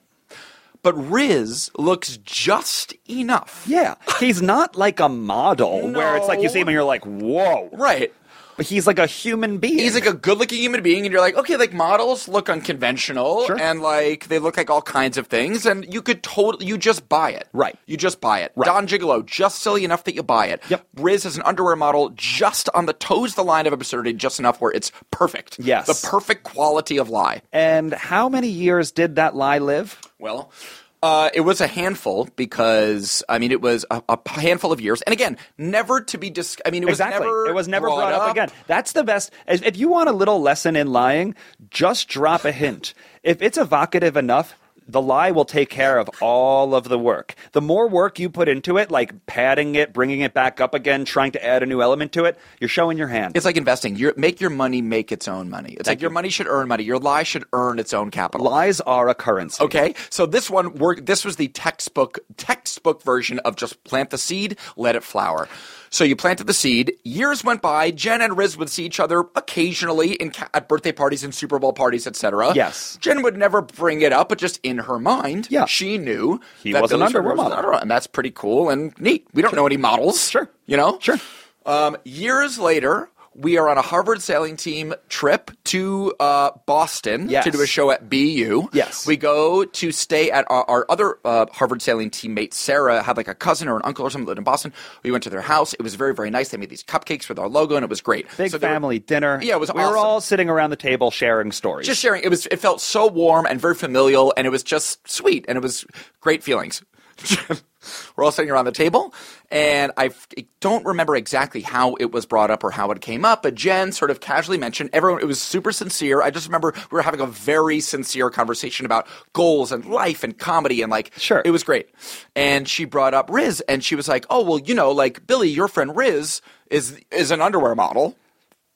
S2: But Riz looks just enough.
S3: Yeah. He's not like a model where it's like you
S2: No.
S3: see him and you're like, whoa.
S2: Right.
S3: But he's like a human being.
S2: He's like a good looking human being, and you're like, okay, like models look unconventional
S3: Sure.
S2: and like they look like all kinds of things, and you could totally, you just buy it.
S3: Right.
S2: You just buy it. Don Gigolo, just silly enough that you buy it.
S3: Yep.
S2: Riz is an underwear model, just on the toes, the line of absurdity, just enough where it's perfect.
S3: Yes.
S2: The perfect quality of lie.
S3: and how many years did that lie live?
S2: Well, uh, it was a handful because I mean it was a, a handful of years, and again, never to be dis- I mean, it was
S3: exactly.
S2: never
S3: it was never brought, up, again. That's the best. If if you want a little lesson in lying, just drop a hint. If it's evocative enough, the lie will take care of all of the work. The more work you put into it, like padding it, bringing it back up again, trying to add a new element to it, you're showing your hand.
S2: It's like investing. Your make your money make its own money. It's like your money should earn money. Your lie should earn its own capital.
S3: Lies are a currency.
S2: Okay, so this one worked. This was the textbook textbook version of just plant the seed, let it flower. So you planted the seed. Years went by. Jen and Riz would see each other occasionally in ca- at birthday parties and Super Bowl parties, etc.
S3: Yes.
S2: Jen would never bring it up, but just in her mind,
S3: Yeah.
S2: she knew
S3: He was an
S2: Billy
S3: underwear
S2: Schreiber was an
S3: model.
S2: and that's pretty cool and neat. We don't know any models,
S3: Sure.
S2: You know,
S3: Sure.
S2: um, years later, we are on a Harvard sailing team trip to uh, Boston
S3: Yes.
S2: to do a show at BU.
S3: Yes.
S2: We go to stay at our, our other uh, Harvard sailing teammate, Sarah, had like a cousin or an uncle or something lived in Boston. We went to their house. It was very, very nice. They made these cupcakes with our logo, and it was great.
S3: Big
S2: So they were-
S3: family dinner.
S2: Yeah, it was
S3: We were
S2: awesome.
S3: all sitting around the table sharing stories.
S2: just sharing. It was. It felt so warm and very familial, and it was just sweet, and it was great feelings. We're all sitting around the table, and I f- I don't remember exactly how it was brought up or how it came up, but Jen sort of casually mentioned everyone. It was super sincere. I just remember we were having a very sincere conversation about goals and life and comedy and like,
S3: Sure.
S2: it was great. And she brought up Riz, and she was like, "Oh well, you know, like Billy, your friend Riz is is an underwear model."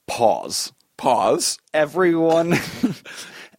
S3: pause.
S2: Pause.
S3: everyone,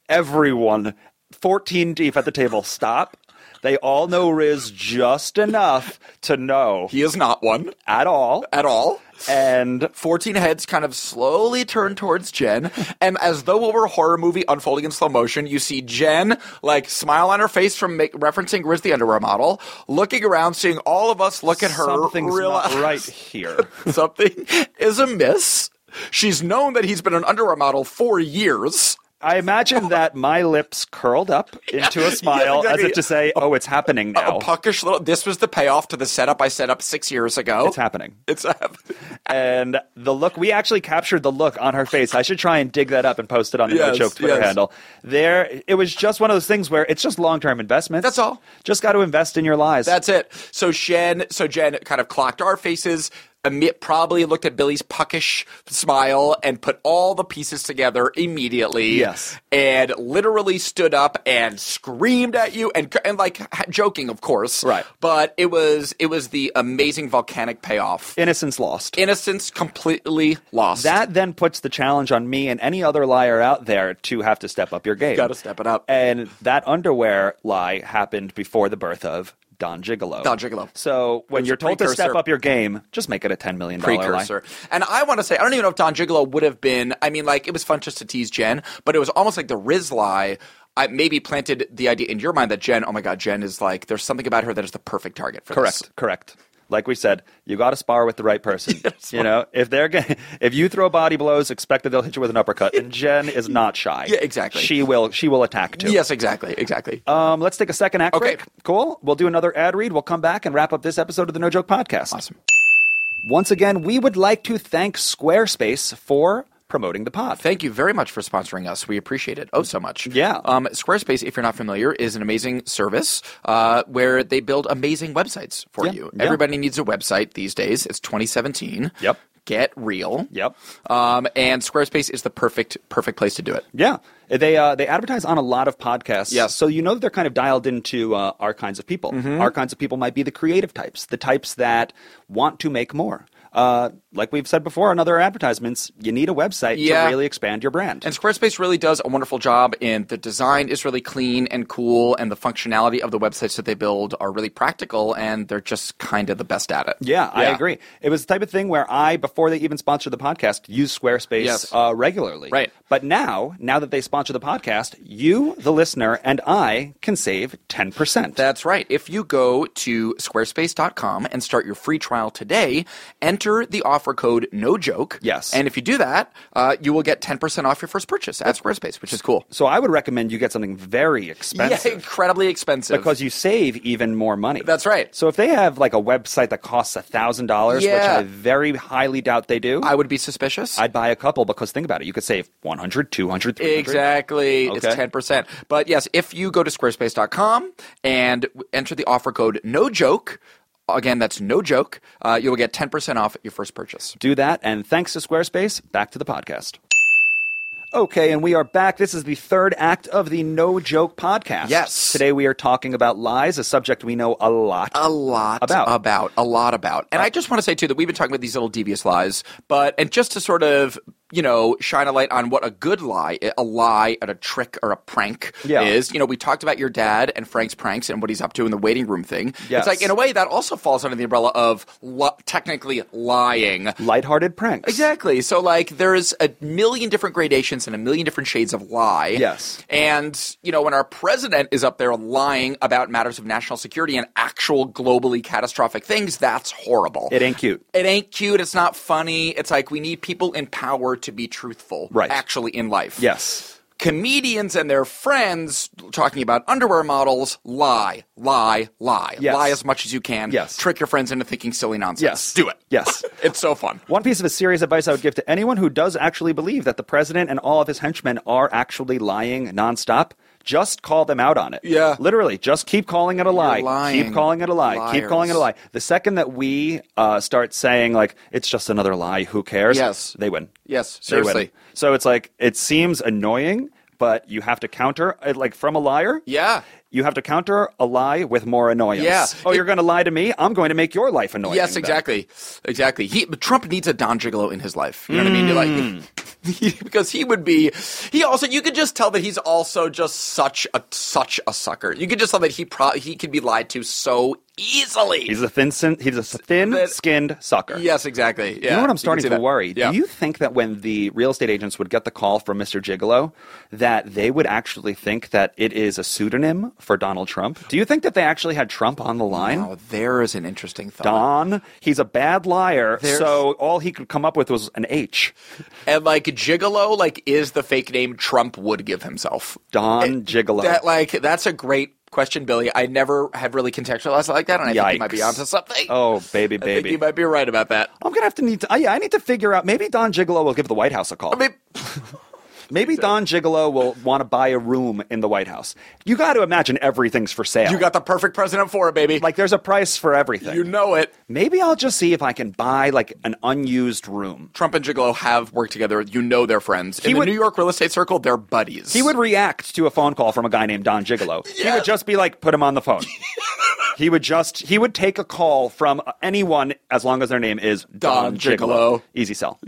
S3: everyone, 14 deep at the table, stop. They all know Riz just enough to know
S2: He is not one
S3: at all.
S2: at all.
S3: And
S2: 14 heads kind of slowly turn towards Jen, and as though it were a horror movie unfolding in slow motion, you see Jen, like, smile on her face from make, referencing Riz the Underwear model, looking around, seeing all of us look at her,
S3: something's
S2: realize
S3: not right here.
S2: something is amiss. She's known that he's been an underwear model for years
S3: I imagine that my lips curled up into a smile
S2: exactly.
S3: as if to say, "Oh, it's happening now.
S2: A puckish little. This was the payoff to the setup I set up six years ago.
S3: it's happening."
S2: It's happening.
S3: And the look, we actually captured the look on her face. I should try and dig that up and post it on the
S2: Yes,
S3: No Joke Twitter
S2: yes.
S3: handle. There, it was just one of those things where it's just long term investment.
S2: That's all.
S3: Just got to invest in your lies.
S2: That's it. So Shen, so Jen kind of clocked our faces. Amit probably looked at Billy's puckish smile and put all the pieces together immediately.
S3: Yes.
S2: and literally stood up and screamed at you and and like joking, of course.
S3: Right.
S2: But it was it was the amazing volcanic payoff.
S3: innocence lost.
S2: Innocence completely lost.
S3: That then puts the challenge on me and any other liar out there to have to step up your game.
S2: Gotta step it up.
S3: And that underwear lie happened before the birth of Don Gigolo.
S2: Don Gigolo.
S3: So when
S2: was
S3: you're
S2: a
S3: told to step
S2: precursor.
S3: up your game, just make it a ten million dollar
S2: precursor. And I want to say, I don't even know if Don Gigolo would have been. I mean, like it was fun just to tease Jen, but it was almost like the Riz lie. I maybe planted the idea in your mind that Jen, oh my God, Jen is like, there's something about her that is the perfect target for
S3: Correct.
S2: this.
S3: Correct. Like we said, you got to spar with the right person. you know, if they're gonna, if you throw body blows, expect that they'll hit you with an uppercut. And Jen is not shy.
S2: Yeah, exactly.
S3: She will. She will attack too.
S2: Yes, exactly. Exactly.
S3: Um, let's take a second act
S2: Okay.
S3: break. Cool. We'll do another ad read. We'll come back and wrap up this episode of the No Joke Podcast.
S2: awesome.
S3: Once again, we would like to thank Squarespace for promoting the pod.
S2: Thank you very much for sponsoring us. We appreciate it oh so much.
S3: Yeah.
S2: Um, Squarespace, if you're not familiar, is an amazing service uh, where they build amazing websites for
S3: Yeah,
S2: you.
S3: yeah.
S2: Everybody needs a website these days. It's 2017.
S3: Yep.
S2: Get real.
S3: Yep.
S2: Um, and Squarespace is the perfect perfect place to do it.
S3: Yeah, they uh, they advertise on a lot of podcasts.
S2: Yes. Mm-hmm.
S3: so you know that they're kind of dialed into uh, our kinds of people. Our kinds of people might be the creative types, the types that want to make more. Uh, like we've said before on other advertisements, you need a website
S2: Yeah.
S3: to really expand your brand.
S2: And Squarespace really does a wonderful job, and the design is really clean and cool, and the functionality of the websites that they build are really practical, and they're just kind of the best at it.
S3: Yeah, I agree. It was the type of thing where I, before they even sponsored the podcast, used Squarespace
S2: Yes.
S3: uh, regularly.
S2: Right.
S3: But now, now that they sponsor the podcast, you, the listener, and I can save 10%.
S2: That's right. If you go to squarespace.com and start your free trial today, enter the offer code no joke.
S3: Yes.
S2: And if you do that, uh, you will get 10% off your first purchase at Squarespace, which is cool.
S3: so I would recommend you get something very expensive.
S2: Yeah, incredibly expensive.
S3: Because you save even more money.
S2: That's right.
S3: So if they have like a website that costs thousand dollars, which
S2: Yeah.
S3: I very highly doubt they do,
S2: I would be suspicious.
S3: I'd buy a couple because think about it, you could save 100, 200, 300.
S2: Exactly. It's
S3: Okay.
S2: 10%. But yes, if you go to squarespace.com and w- enter the offer code no joke, again, that's no joke, uh, you will get 10% off your first purchase.
S3: do that. And thanks to Squarespace, back to the podcast. Okay, and we are back. This is the third act of the No Joke podcast.
S2: Yes. Uh,
S3: Today we are talking about lies, a subject we know a lot.
S2: A lot
S3: About.
S2: a lot about. And I just want to say, too, that we've been talking about these little devious lies, but, and just to sort of, you know, shine a light on what a good lie, a lie, and a trick or a prank
S3: Yeah.
S2: is. You know, we talked about your dad and Frank's pranks and what he's up to in the waiting room thing.
S3: Yes.
S2: It's like, in a way, that also falls under the umbrella of li- technically lying.
S3: Lighthearted pranks.
S2: Exactly. So like there's a million different gradations and a million different shades of lie.
S3: Yes.
S2: And you know when our president is up there lying about matters of national security and actual globally catastrophic things, that's horrible.
S3: It ain't cute.
S2: It ain't cute. It's not funny. It's like we need people in power to be truthful,
S3: Right.
S2: Actually, in life,
S3: Yes.
S2: Comedians and their friends talking about underwear models lie, lie, lie,
S3: Yes.
S2: lie as much as you can.
S3: Yes.
S2: Trick your friends into thinking silly nonsense.
S3: Yes.
S2: Do it.
S3: Yes.
S2: It's so fun.
S3: One piece of a serious advice I would give to anyone who does actually believe that the president and all of his henchmen are actually lying nonstop. Just call them out on it.
S2: Yeah.
S3: Literally, just keep calling it a lie.
S2: lying.
S3: Keep calling it a lie. Keep
S2: Liars.
S3: calling it a lie. The second that we uh, start saying, like, it's just another lie, who cares?
S2: Yes.
S3: They win.
S2: Yes,
S3: They win.
S2: seriously.
S3: So it's like, it seems annoying, but you have to counter, uh, like, from a liar.
S2: Yeah.
S3: You have to counter a lie with more annoyance.
S2: Yeah.
S3: Oh,
S2: It-
S3: you're going to lie to me? I'm going to make your life annoying.
S2: Yes,
S3: then.
S2: exactly, exactly. He Trump needs a Don Gigolo in his life. You know what I mean? You're
S3: Mm.
S2: Like, because he would be. He also you could just tell that he's also just such a such a sucker. You could just tell that he pro he could be lied to so easily.
S3: He's a thin, sin- he's a thin-skinned sucker.
S2: yes, exactly. Yeah,
S3: you know what
S2: can
S3: I'm starting
S2: see
S3: to
S2: that.
S3: worry?
S2: Yeah.
S3: Do you think that when the real estate agents would get the call from Mr. Gigolo, that they would actually think that it is a pseudonym for Donald Trump? Do you think that they actually had Trump on the line?
S2: Wow, Oh, there is an interesting thought.
S3: Don, he's a bad liar,
S2: There's-
S3: so all he could come up with was an H.
S2: And like Gigolo, like is the fake name Trump would give himself.
S3: Don Gigolo.
S2: That like that's a great question, Billy. I never have really contextualized it like that, and I think you might be
S3: Yikes.
S2: onto something.
S3: oh, baby,
S2: I think
S3: baby.
S2: you might be right about that.
S3: I'm gonna have to need to. I, I need to figure out. Maybe Don Gigolo will give the White House a call.
S2: I mean,
S3: Maybe Don Gigolo will want to buy a room in the White House. You got to imagine everything's for sale.
S2: you got the perfect president for it, baby.
S3: like there's a price for everything.
S2: you know it.
S3: Maybe I'll just see if I can buy like an unused room.
S2: Trump and Gigolo have worked together. You know they're friends. In
S3: He
S2: the
S3: would-
S2: New York real estate circle, they're buddies.
S3: He would react to a phone call from a guy named Don Gigolo. He
S2: Yeah.
S3: would just be like, "Put him on the phone." he would just he would take a call from anyone as long as their name is
S2: Don
S3: Don,
S2: Gigolo.
S3: Easy sell.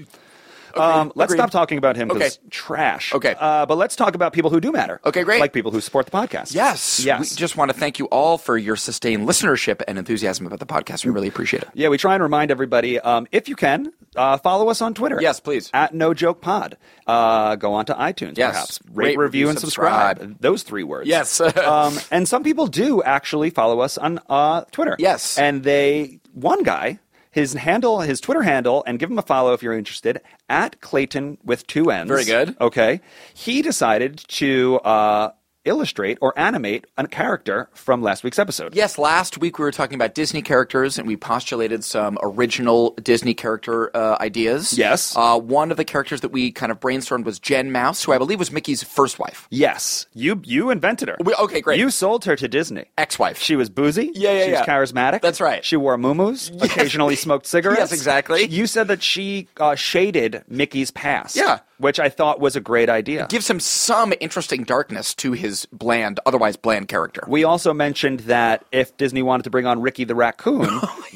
S3: Um, let's
S2: Agreed.
S3: stop talking about him because
S2: Okay.
S3: trash.
S2: Okay.
S3: uh, but let's talk about people who do matter.
S2: Okay, great.
S3: Like people who support the podcast.
S2: Yes.
S3: yes.
S2: We just want to thank you all for your sustained listenership and enthusiasm about the podcast. We really appreciate it.
S3: Yeah, we try and remind everybody um, if you can uh, follow us on Twitter.
S2: Yes, please.
S3: At No Joke Pod. Uh, go on to iTunes,
S2: Yes.
S3: perhaps rate, review, and subscribe. Those three words.
S2: Yes.
S3: um, and some people do actually follow us on uh, Twitter.
S2: Yes.
S3: and they one guy. His handle, his Twitter handle, and give him a follow if you're interested at Clayton with two N's.
S2: Very good.
S3: Okay. He decided to uh, illustrate or animate a character from last week's episode.
S2: Yes, last week we were talking about Disney characters, and we postulated some original Disney character uh, ideas.
S3: Yes.
S2: uh, one of the characters that we kind of brainstormed was Jen Mouse, who I believe was Mickey's first wife,
S3: Yes, you you invented her.
S2: We- okay, great.
S3: You sold her to Disney.
S2: ex-wife.
S3: She was boozy.
S2: Yeah, yeah,
S3: She was
S2: yeah.
S3: charismatic.
S2: That's right.
S3: She wore muumuus. Occasionally smoked cigarettes.
S2: Yes, exactly.
S3: You said that she uh, shaded Mickey's past.
S2: Yeah.
S3: which I thought was a great idea.
S2: gives him some interesting darkness to his bland, otherwise bland character.
S3: we also mentioned that if Disney wanted to bring on Ricky the raccoon,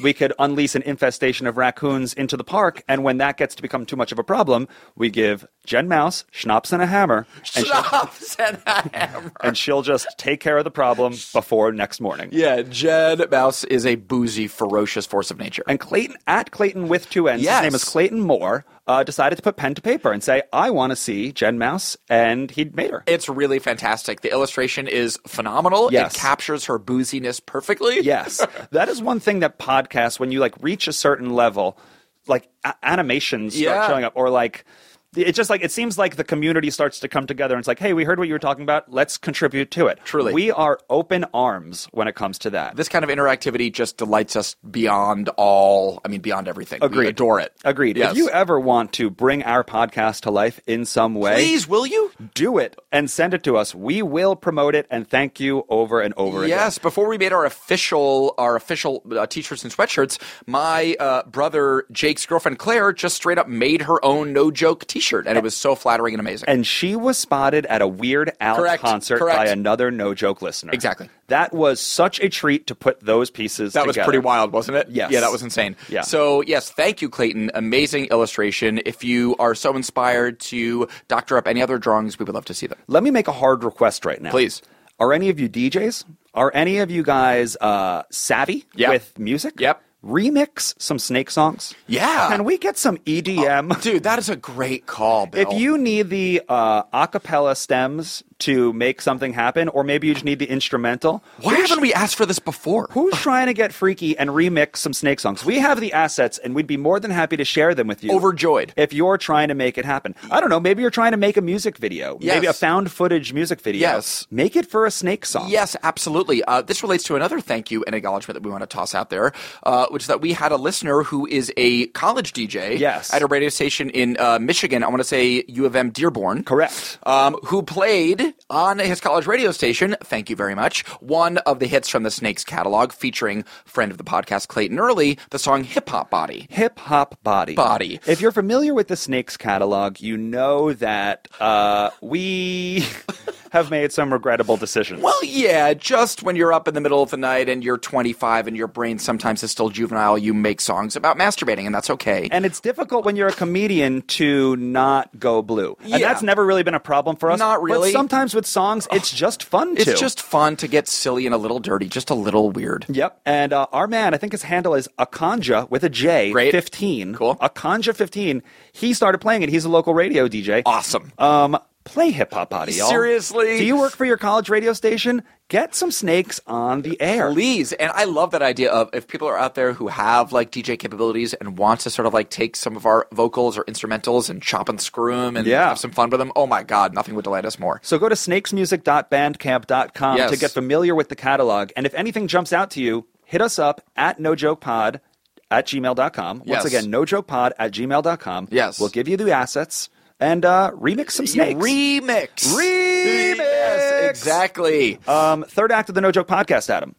S3: we could unleash an infestation of raccoons into the park. And when that gets to become too much of a problem, we give Jen Mouse schnapps and a hammer, and, she'll,
S2: Schnapps and a hammer.
S3: and she'll just take care of the problem before next morning.
S2: Yeah, Jen Mouse is a boozy, ferocious force of nature.
S3: And Clayton, at Clayton with two N's,
S2: Yes.
S3: his name is Clayton Moore, uh, decided to put pen to paper and say, I want to see Jen Mouse. And he made her.
S2: It's really fantastic. The illustration is phenomenal.
S3: Yes.
S2: It captures her booziness perfectly.
S3: yes. That is one thing that podcasts, when you like reach a certain level, like a- animations start
S2: Yeah.
S3: showing up or like. It's just like it seems like the community starts to come together and it's like, hey, we heard what you were talking about. Let's contribute to it.
S2: Truly.
S3: We are open arms when it comes to that.
S2: this kind of interactivity just delights us beyond all i mean beyond everything we
S3: Agreed.
S2: adore it
S3: Agreed.
S2: yes.
S3: If you ever want to bring our podcast to life in some way,
S2: please will you
S3: do it and send it to us. We will promote it and thank you over and over again.
S2: yes before we made our official our official uh, t-shirts and sweatshirts my uh, brother jake's girlfriend claire just straight up made her own no joke t-shirt and it was so flattering and amazing
S3: And she was spotted at a Weird Al
S2: Correct,
S3: concert
S2: correct.
S3: by another No Joke listener.
S2: Exactly.
S3: That was such a treat to put those pieces
S2: that was
S3: together.
S2: pretty wild, wasn't it?
S3: Yes.
S2: Yeah, that was insane.
S3: Yeah.
S2: So, yes, thank you, Clayton. Amazing illustration. If you are so inspired to doctor up any other drawings, we would love to see them.
S3: Let me make a hard request right now.
S2: Please.
S3: Are any of you DJs? Are any of you guys uh, savvy
S2: Yep.
S3: with music?
S2: Yep.
S3: Remix some snake songs.
S2: Yeah. Oh.
S3: Can we get some E EDM?
S2: Dude, that is a great call, Bill.
S3: If you need the uh, acapella stems to make something happen, or maybe you just need the instrumental,
S2: Why haven't we asked for this before?
S3: who's trying to get freaky and remix some snake songs? We have the assets, and we'd be more than happy to share them with you.
S2: Overjoyed.
S3: If you're trying to make it happen, I don't know. Maybe you're trying to make a music video, maybe a
S2: Yes.
S3: found footage music video.
S2: Yes.
S3: make it for a snake song.
S2: Yes, absolutely. Uh, this relates to another thank you and acknowledgement that we want to toss out there, uh, which is that we had a listener who is a college DJ
S3: Yes.
S2: at a radio station in uh, Michigan. I want to say U of M Dearborn.
S3: Correct.
S2: Um, who played on his college radio station, thank you very much, one of the hits from the Snakes catalog featuring friend of the podcast, Clayton Early, the song Hip Hop Body.
S3: Hip hop body.
S2: Body.
S3: If you're familiar with the Snakes catalog, you know that uh, we have made some regrettable decisions.
S2: Well, yeah, just when you're up in the middle of the night and you're 25 and your brain sometimes is still juvenile, you make songs about masturbating, and that's okay.
S3: And it's difficult when you're a comedian to not go blue. And
S2: Yeah.
S3: that's never really been a problem for us.
S2: Not
S3: but
S2: really.
S3: sometimes with songs, it's just fun too.
S2: It's just fun to get silly and a little dirty, just a little weird.
S3: Yep. And uh, our man, I think his handle is Akanja with a J,
S2: Great.
S3: 15.
S2: Cool.
S3: Akanja 15. He started playing it. He's a local radio DJ.
S2: Awesome. Uh,
S3: Um, play hip hop audio.
S2: Seriously?
S3: Do you work for your college radio station? Get some snakes on the air.
S2: Please. And I love that idea of if people are out there who have like DJ capabilities and want to sort of like take some of our vocals or instrumentals and chop and screw them and
S3: Yeah.
S2: have some fun with them. Oh my God, nothing would delight us more.
S3: So go to snakesmusic.bandcamp.com
S2: Yes.
S3: to get familiar with the catalog. And if anything jumps out to you, hit us up at nojokepod at gmail.com. Once
S2: Yes.
S3: again, nojokepod at gmail.com.
S2: Yes.
S3: We'll give you the assets and uh, remix some snakes.
S2: Remix.
S3: Remix.
S2: Yes, exactly.
S3: Um, third act of the No Joke podcast, Adam.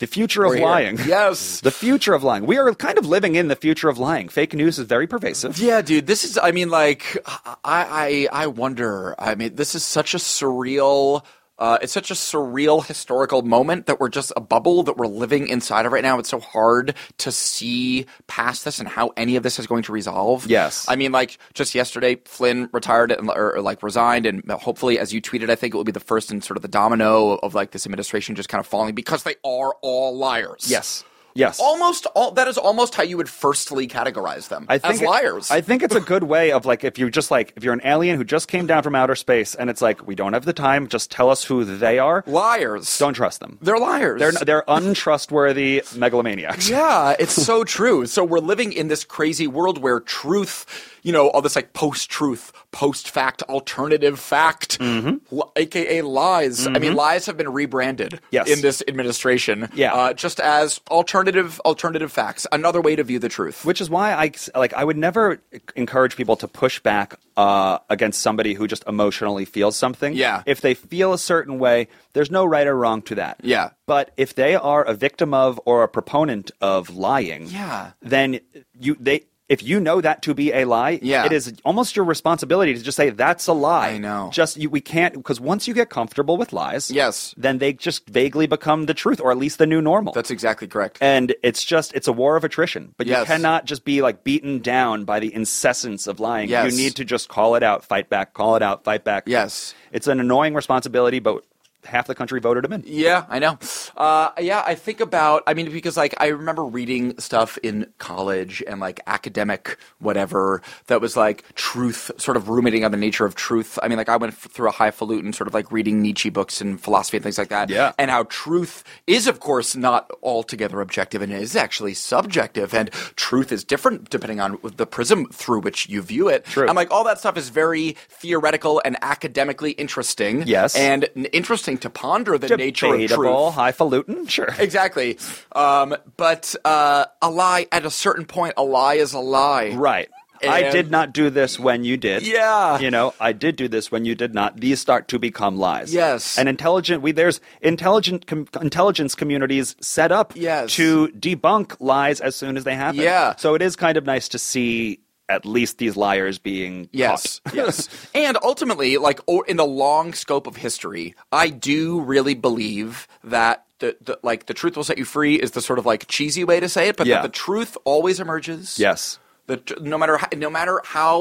S3: The future of
S2: We're here.
S3: lying.
S2: Yes.
S3: The future of lying. We are kind of living in the future of lying. Fake news is very pervasive.
S2: Yeah, dude, this is. I mean, like, I, I, I wonder. I mean, this is such a surreal. Uh, it's such a surreal historical moment that we're just a bubble that we're living inside of right now. It's so hard to see past this and how any of this is going to resolve.
S3: Yes.
S2: I mean, like just yesterday, Flynn retired and or, or, like resigned, and hopefully, as you tweeted, I think it will be the first in sort of the domino of like this administration just kind of falling because they are all liars.
S3: Yes. Yes.
S2: Almost all that is almost how you would firstly categorize them
S3: I think
S2: as
S3: it-
S2: liars.
S3: I think it's a good way of like if you just like if you're an alien who just came down from outer space and it's like we don't have the time, just tell us who they are.
S2: liars.
S3: Don't trust them.
S2: They're liars.
S3: They're they're untrustworthy megalomaniacs.
S2: yeah, it's so true. So we're living in this crazy world where truth, you know, all this like post-truth, post-fact, alternative fact,
S3: Mm-hmm.
S2: li- aka lies. I mean, lies have been rebranded
S3: Yes.
S2: in this administration,
S3: Yeah.
S2: uh, just as alternative alternative facts, another way to view the truth.
S3: Which is why I like I would never encourage people to push back uh, against somebody who just emotionally feels something.
S2: Yeah.
S3: If they feel a certain way, there's no right or wrong to that.
S2: Yeah.
S3: But if they are a victim of or a proponent of lying,
S2: Yeah.
S3: then you they if you know that to be a lie,
S2: Yeah.
S3: it is almost your responsibility to just say that's a lie.
S2: I know.
S3: Just you, we can't because once you get comfortable with lies,
S2: Yes.
S3: then they just vaguely become the truth or at least the new normal
S2: That's exactly correct.
S3: and it's just it's a war of attrition but you
S2: Yes.
S3: cannot just be like beaten down by the incessance of lying
S2: Yes.
S3: you need to just call it out fight back call it out fight back
S2: Yes.
S3: it's an annoying responsibility but half the country voted him in
S2: Yeah, I know. Uh, yeah, I think about. I mean, because like I remember reading stuff in college and like academic whatever that was like truth, sort of ruminating on the nature of truth. I mean, like I went f- through a highfalutin sort of like reading Nietzsche books and philosophy and things like that.
S3: Yeah.
S2: and how truth is, of course, not altogether objective and is actually subjective, and truth is different depending on the prism through which you view it.
S3: True.
S2: I'm like all that stuff is very theoretical and academically interesting.
S3: Yes.
S2: and n- interesting to ponder the nature of
S3: Debatable,
S2: truth.
S3: highfalutin sure
S2: Exactly. Um, but uh, a lie, at a certain point, a lie is a lie.
S3: right i
S2: And-
S3: did not do this when you did
S2: Yeah.
S3: you know i did do this when you did not these start to become lies
S2: Yes.
S3: and intelligent we there's intelligent com- intelligence communities set up
S2: Yes.
S3: to debunk lies as soon as they happen
S2: Yeah.
S3: so it is kind of nice to see at least these liars being
S2: Yes,
S3: caught.
S2: yes. And ultimately, like o in the long scope of history, I do really believe that the, the like the truth will set you free is the sort of like cheesy way to say it, but
S3: Yeah.
S2: that the truth always emerges.
S3: yes
S2: The tr- no matter how, no matter how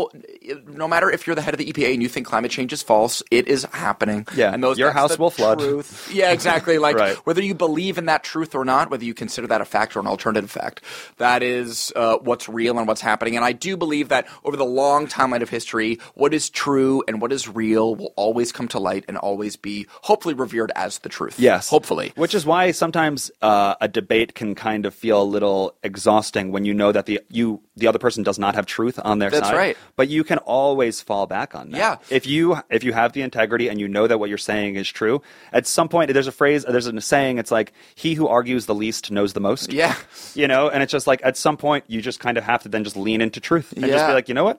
S2: no matter if you're the head of the EPA and you think climate change is false, it is happening.
S3: Yeah.
S2: and those
S3: Your
S2: that's
S3: house
S2: the
S3: will flood.
S2: Truth. Yeah, exactly. Like
S3: Right.
S2: whether you believe in that truth or not, whether you consider that a fact or an alternative fact, that is uh, what's real and what's happening. And I do believe that over the long timeline of history, what is true and what is real will always come to light and always be hopefully revered as the truth.
S3: Yes.
S2: hopefully.
S3: Which is why sometimes uh, a debate can kind of feel a little exhausting when you know that the you the other person does not have truth on their
S2: That's
S3: side.
S2: right.
S3: But you can always fall back on that.
S2: Yeah.
S3: If you if you have the integrity and you know that what you're saying is true, at some point there's a phrase there's a saying it's like he who argues the least knows the most.
S2: Yeah.
S3: You know, and it's just like at some point you just kind of have to then just lean into truth and just
S2: Yeah.
S3: be like, you know what?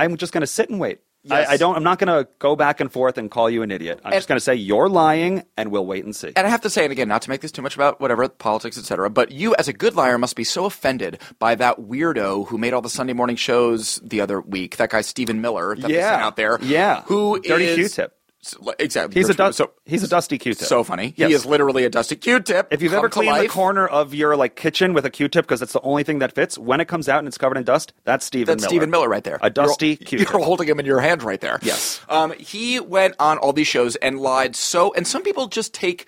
S3: I'm just going to sit and wait.
S2: Yes.
S3: I, I don't. Oh, I'm not going to go back and forth and call you an idiot. I'm just going to say you're lying, and we'll wait and see.
S2: and I have to say, and again, not to make this too much about whatever politics, etc. But you, as a good liar, must be so offended by that weirdo who made all the Sunday morning shows the other week. That guy, Stephen Miller, that they
S3: Yeah.
S2: sent out there,
S3: Yeah.
S2: who
S3: Dirty
S2: is-
S3: Q-tip.
S2: So, like, exactly.
S3: He's a
S2: Gertrude was
S3: dust.
S2: so
S3: he's a dusty Q-tip.
S2: so funny.
S3: Yes.
S2: He is literally a dusty Q-tip.
S3: If you've
S2: come
S3: ever
S2: to
S3: cleaned the
S2: life.
S3: corner of your like kitchen with a Q-tip because that's the only thing that fits, when it comes out and it's covered in dust, that's Stephen.
S2: That's
S3: Miller.
S2: Stephen Miller right there.
S3: A dusty
S2: You're-
S3: Q-tip.
S2: You're holding him in your hand right there.
S3: Yes.
S2: Um, he went on all these shows and lied so, and some people just take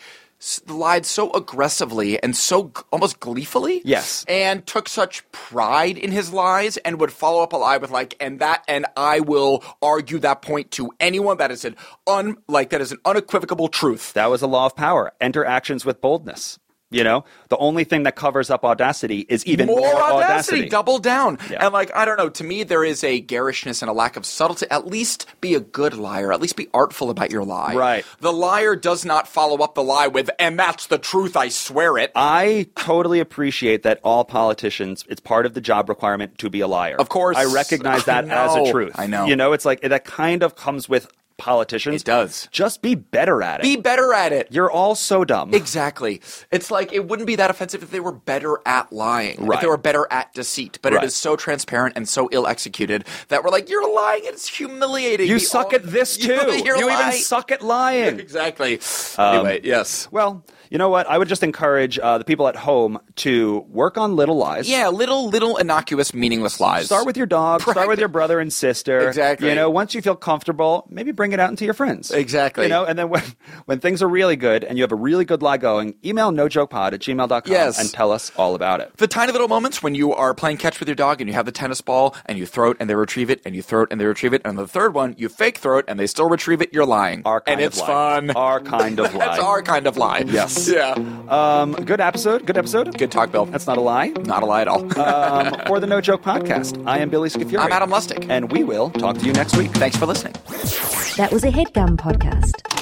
S2: s- lied so aggressively and so g- almost gleefully.
S3: Yes.
S2: And took such pride in his lies and would follow up a lie with like, and that, and I will argue that point to anyone. That is an un, like that is an unequivocal truth.
S3: That was a law of power. Enter actions with boldness. You know, the only thing that covers up audacity is even more, audacity.
S2: double down.
S3: Yeah.
S2: And like, I don't know, to me, there is a garishness and a lack of subtlety. At least be a good liar. At least be artful about your lie.
S3: Right.
S2: The liar does not follow up the lie with, and that's the truth, I swear it.
S3: I totally appreciate that all politicians, it's part of the job requirement to be a liar.
S2: Of course.
S3: I recognize that
S2: I
S3: as a
S2: know.
S3: truth.
S2: I know.
S3: You know, it's like that kind of comes with politicians.
S2: It does.
S3: Just be better at it.
S2: be better at it.
S3: You're all so dumb.
S2: Exactly. It's like it wouldn't be that offensive if they were better at lying,
S3: Right.
S2: if they were better at deceit. But
S3: Right.
S2: it is so transparent and so ill executed that we're like, you're lying. It's humiliating.
S3: you
S2: The
S3: suck
S2: all-
S3: at this too.
S2: You're
S3: you even
S2: lying.
S3: suck at Um, lying.
S2: Exactly. anyway, yes.
S3: Well, you know what? I would just encourage uh, the people at home to work on little lies.
S2: Yeah, little, little innocuous, meaningless lies.
S3: Start with your dog. Start with your brother and sister.
S2: Exactly.
S3: You know, once you feel comfortable, maybe bring it out into your friends.
S2: Exactly.
S3: You know, and then when, when things are really good and you have a really good lie going, email nojokepod at gmail.com
S2: Yes.
S3: and tell us all about it.
S2: the tiny little moments when you are playing catch with your dog and you have the tennis ball and you throw it and they retrieve it and you throw it and they retrieve it. And the third one, you fake throw it and they still retrieve it. You're lying.
S3: Our kind
S2: and
S3: of
S2: it's
S3: lie.
S2: fun.
S3: Our kind of lie.
S2: That's our kind of lie.
S3: Yes.
S2: Yeah.
S3: um, good episode. Good episode.
S2: Good talk, Bill.
S3: That's not a lie.
S2: not a lie at all.
S3: Um, for the No Joke Podcast, I am Billy Scafuri.
S2: I'm Adam Lustig.
S3: And we will talk to you next week.
S2: Thanks for listening.
S1: That was a headgum podcast.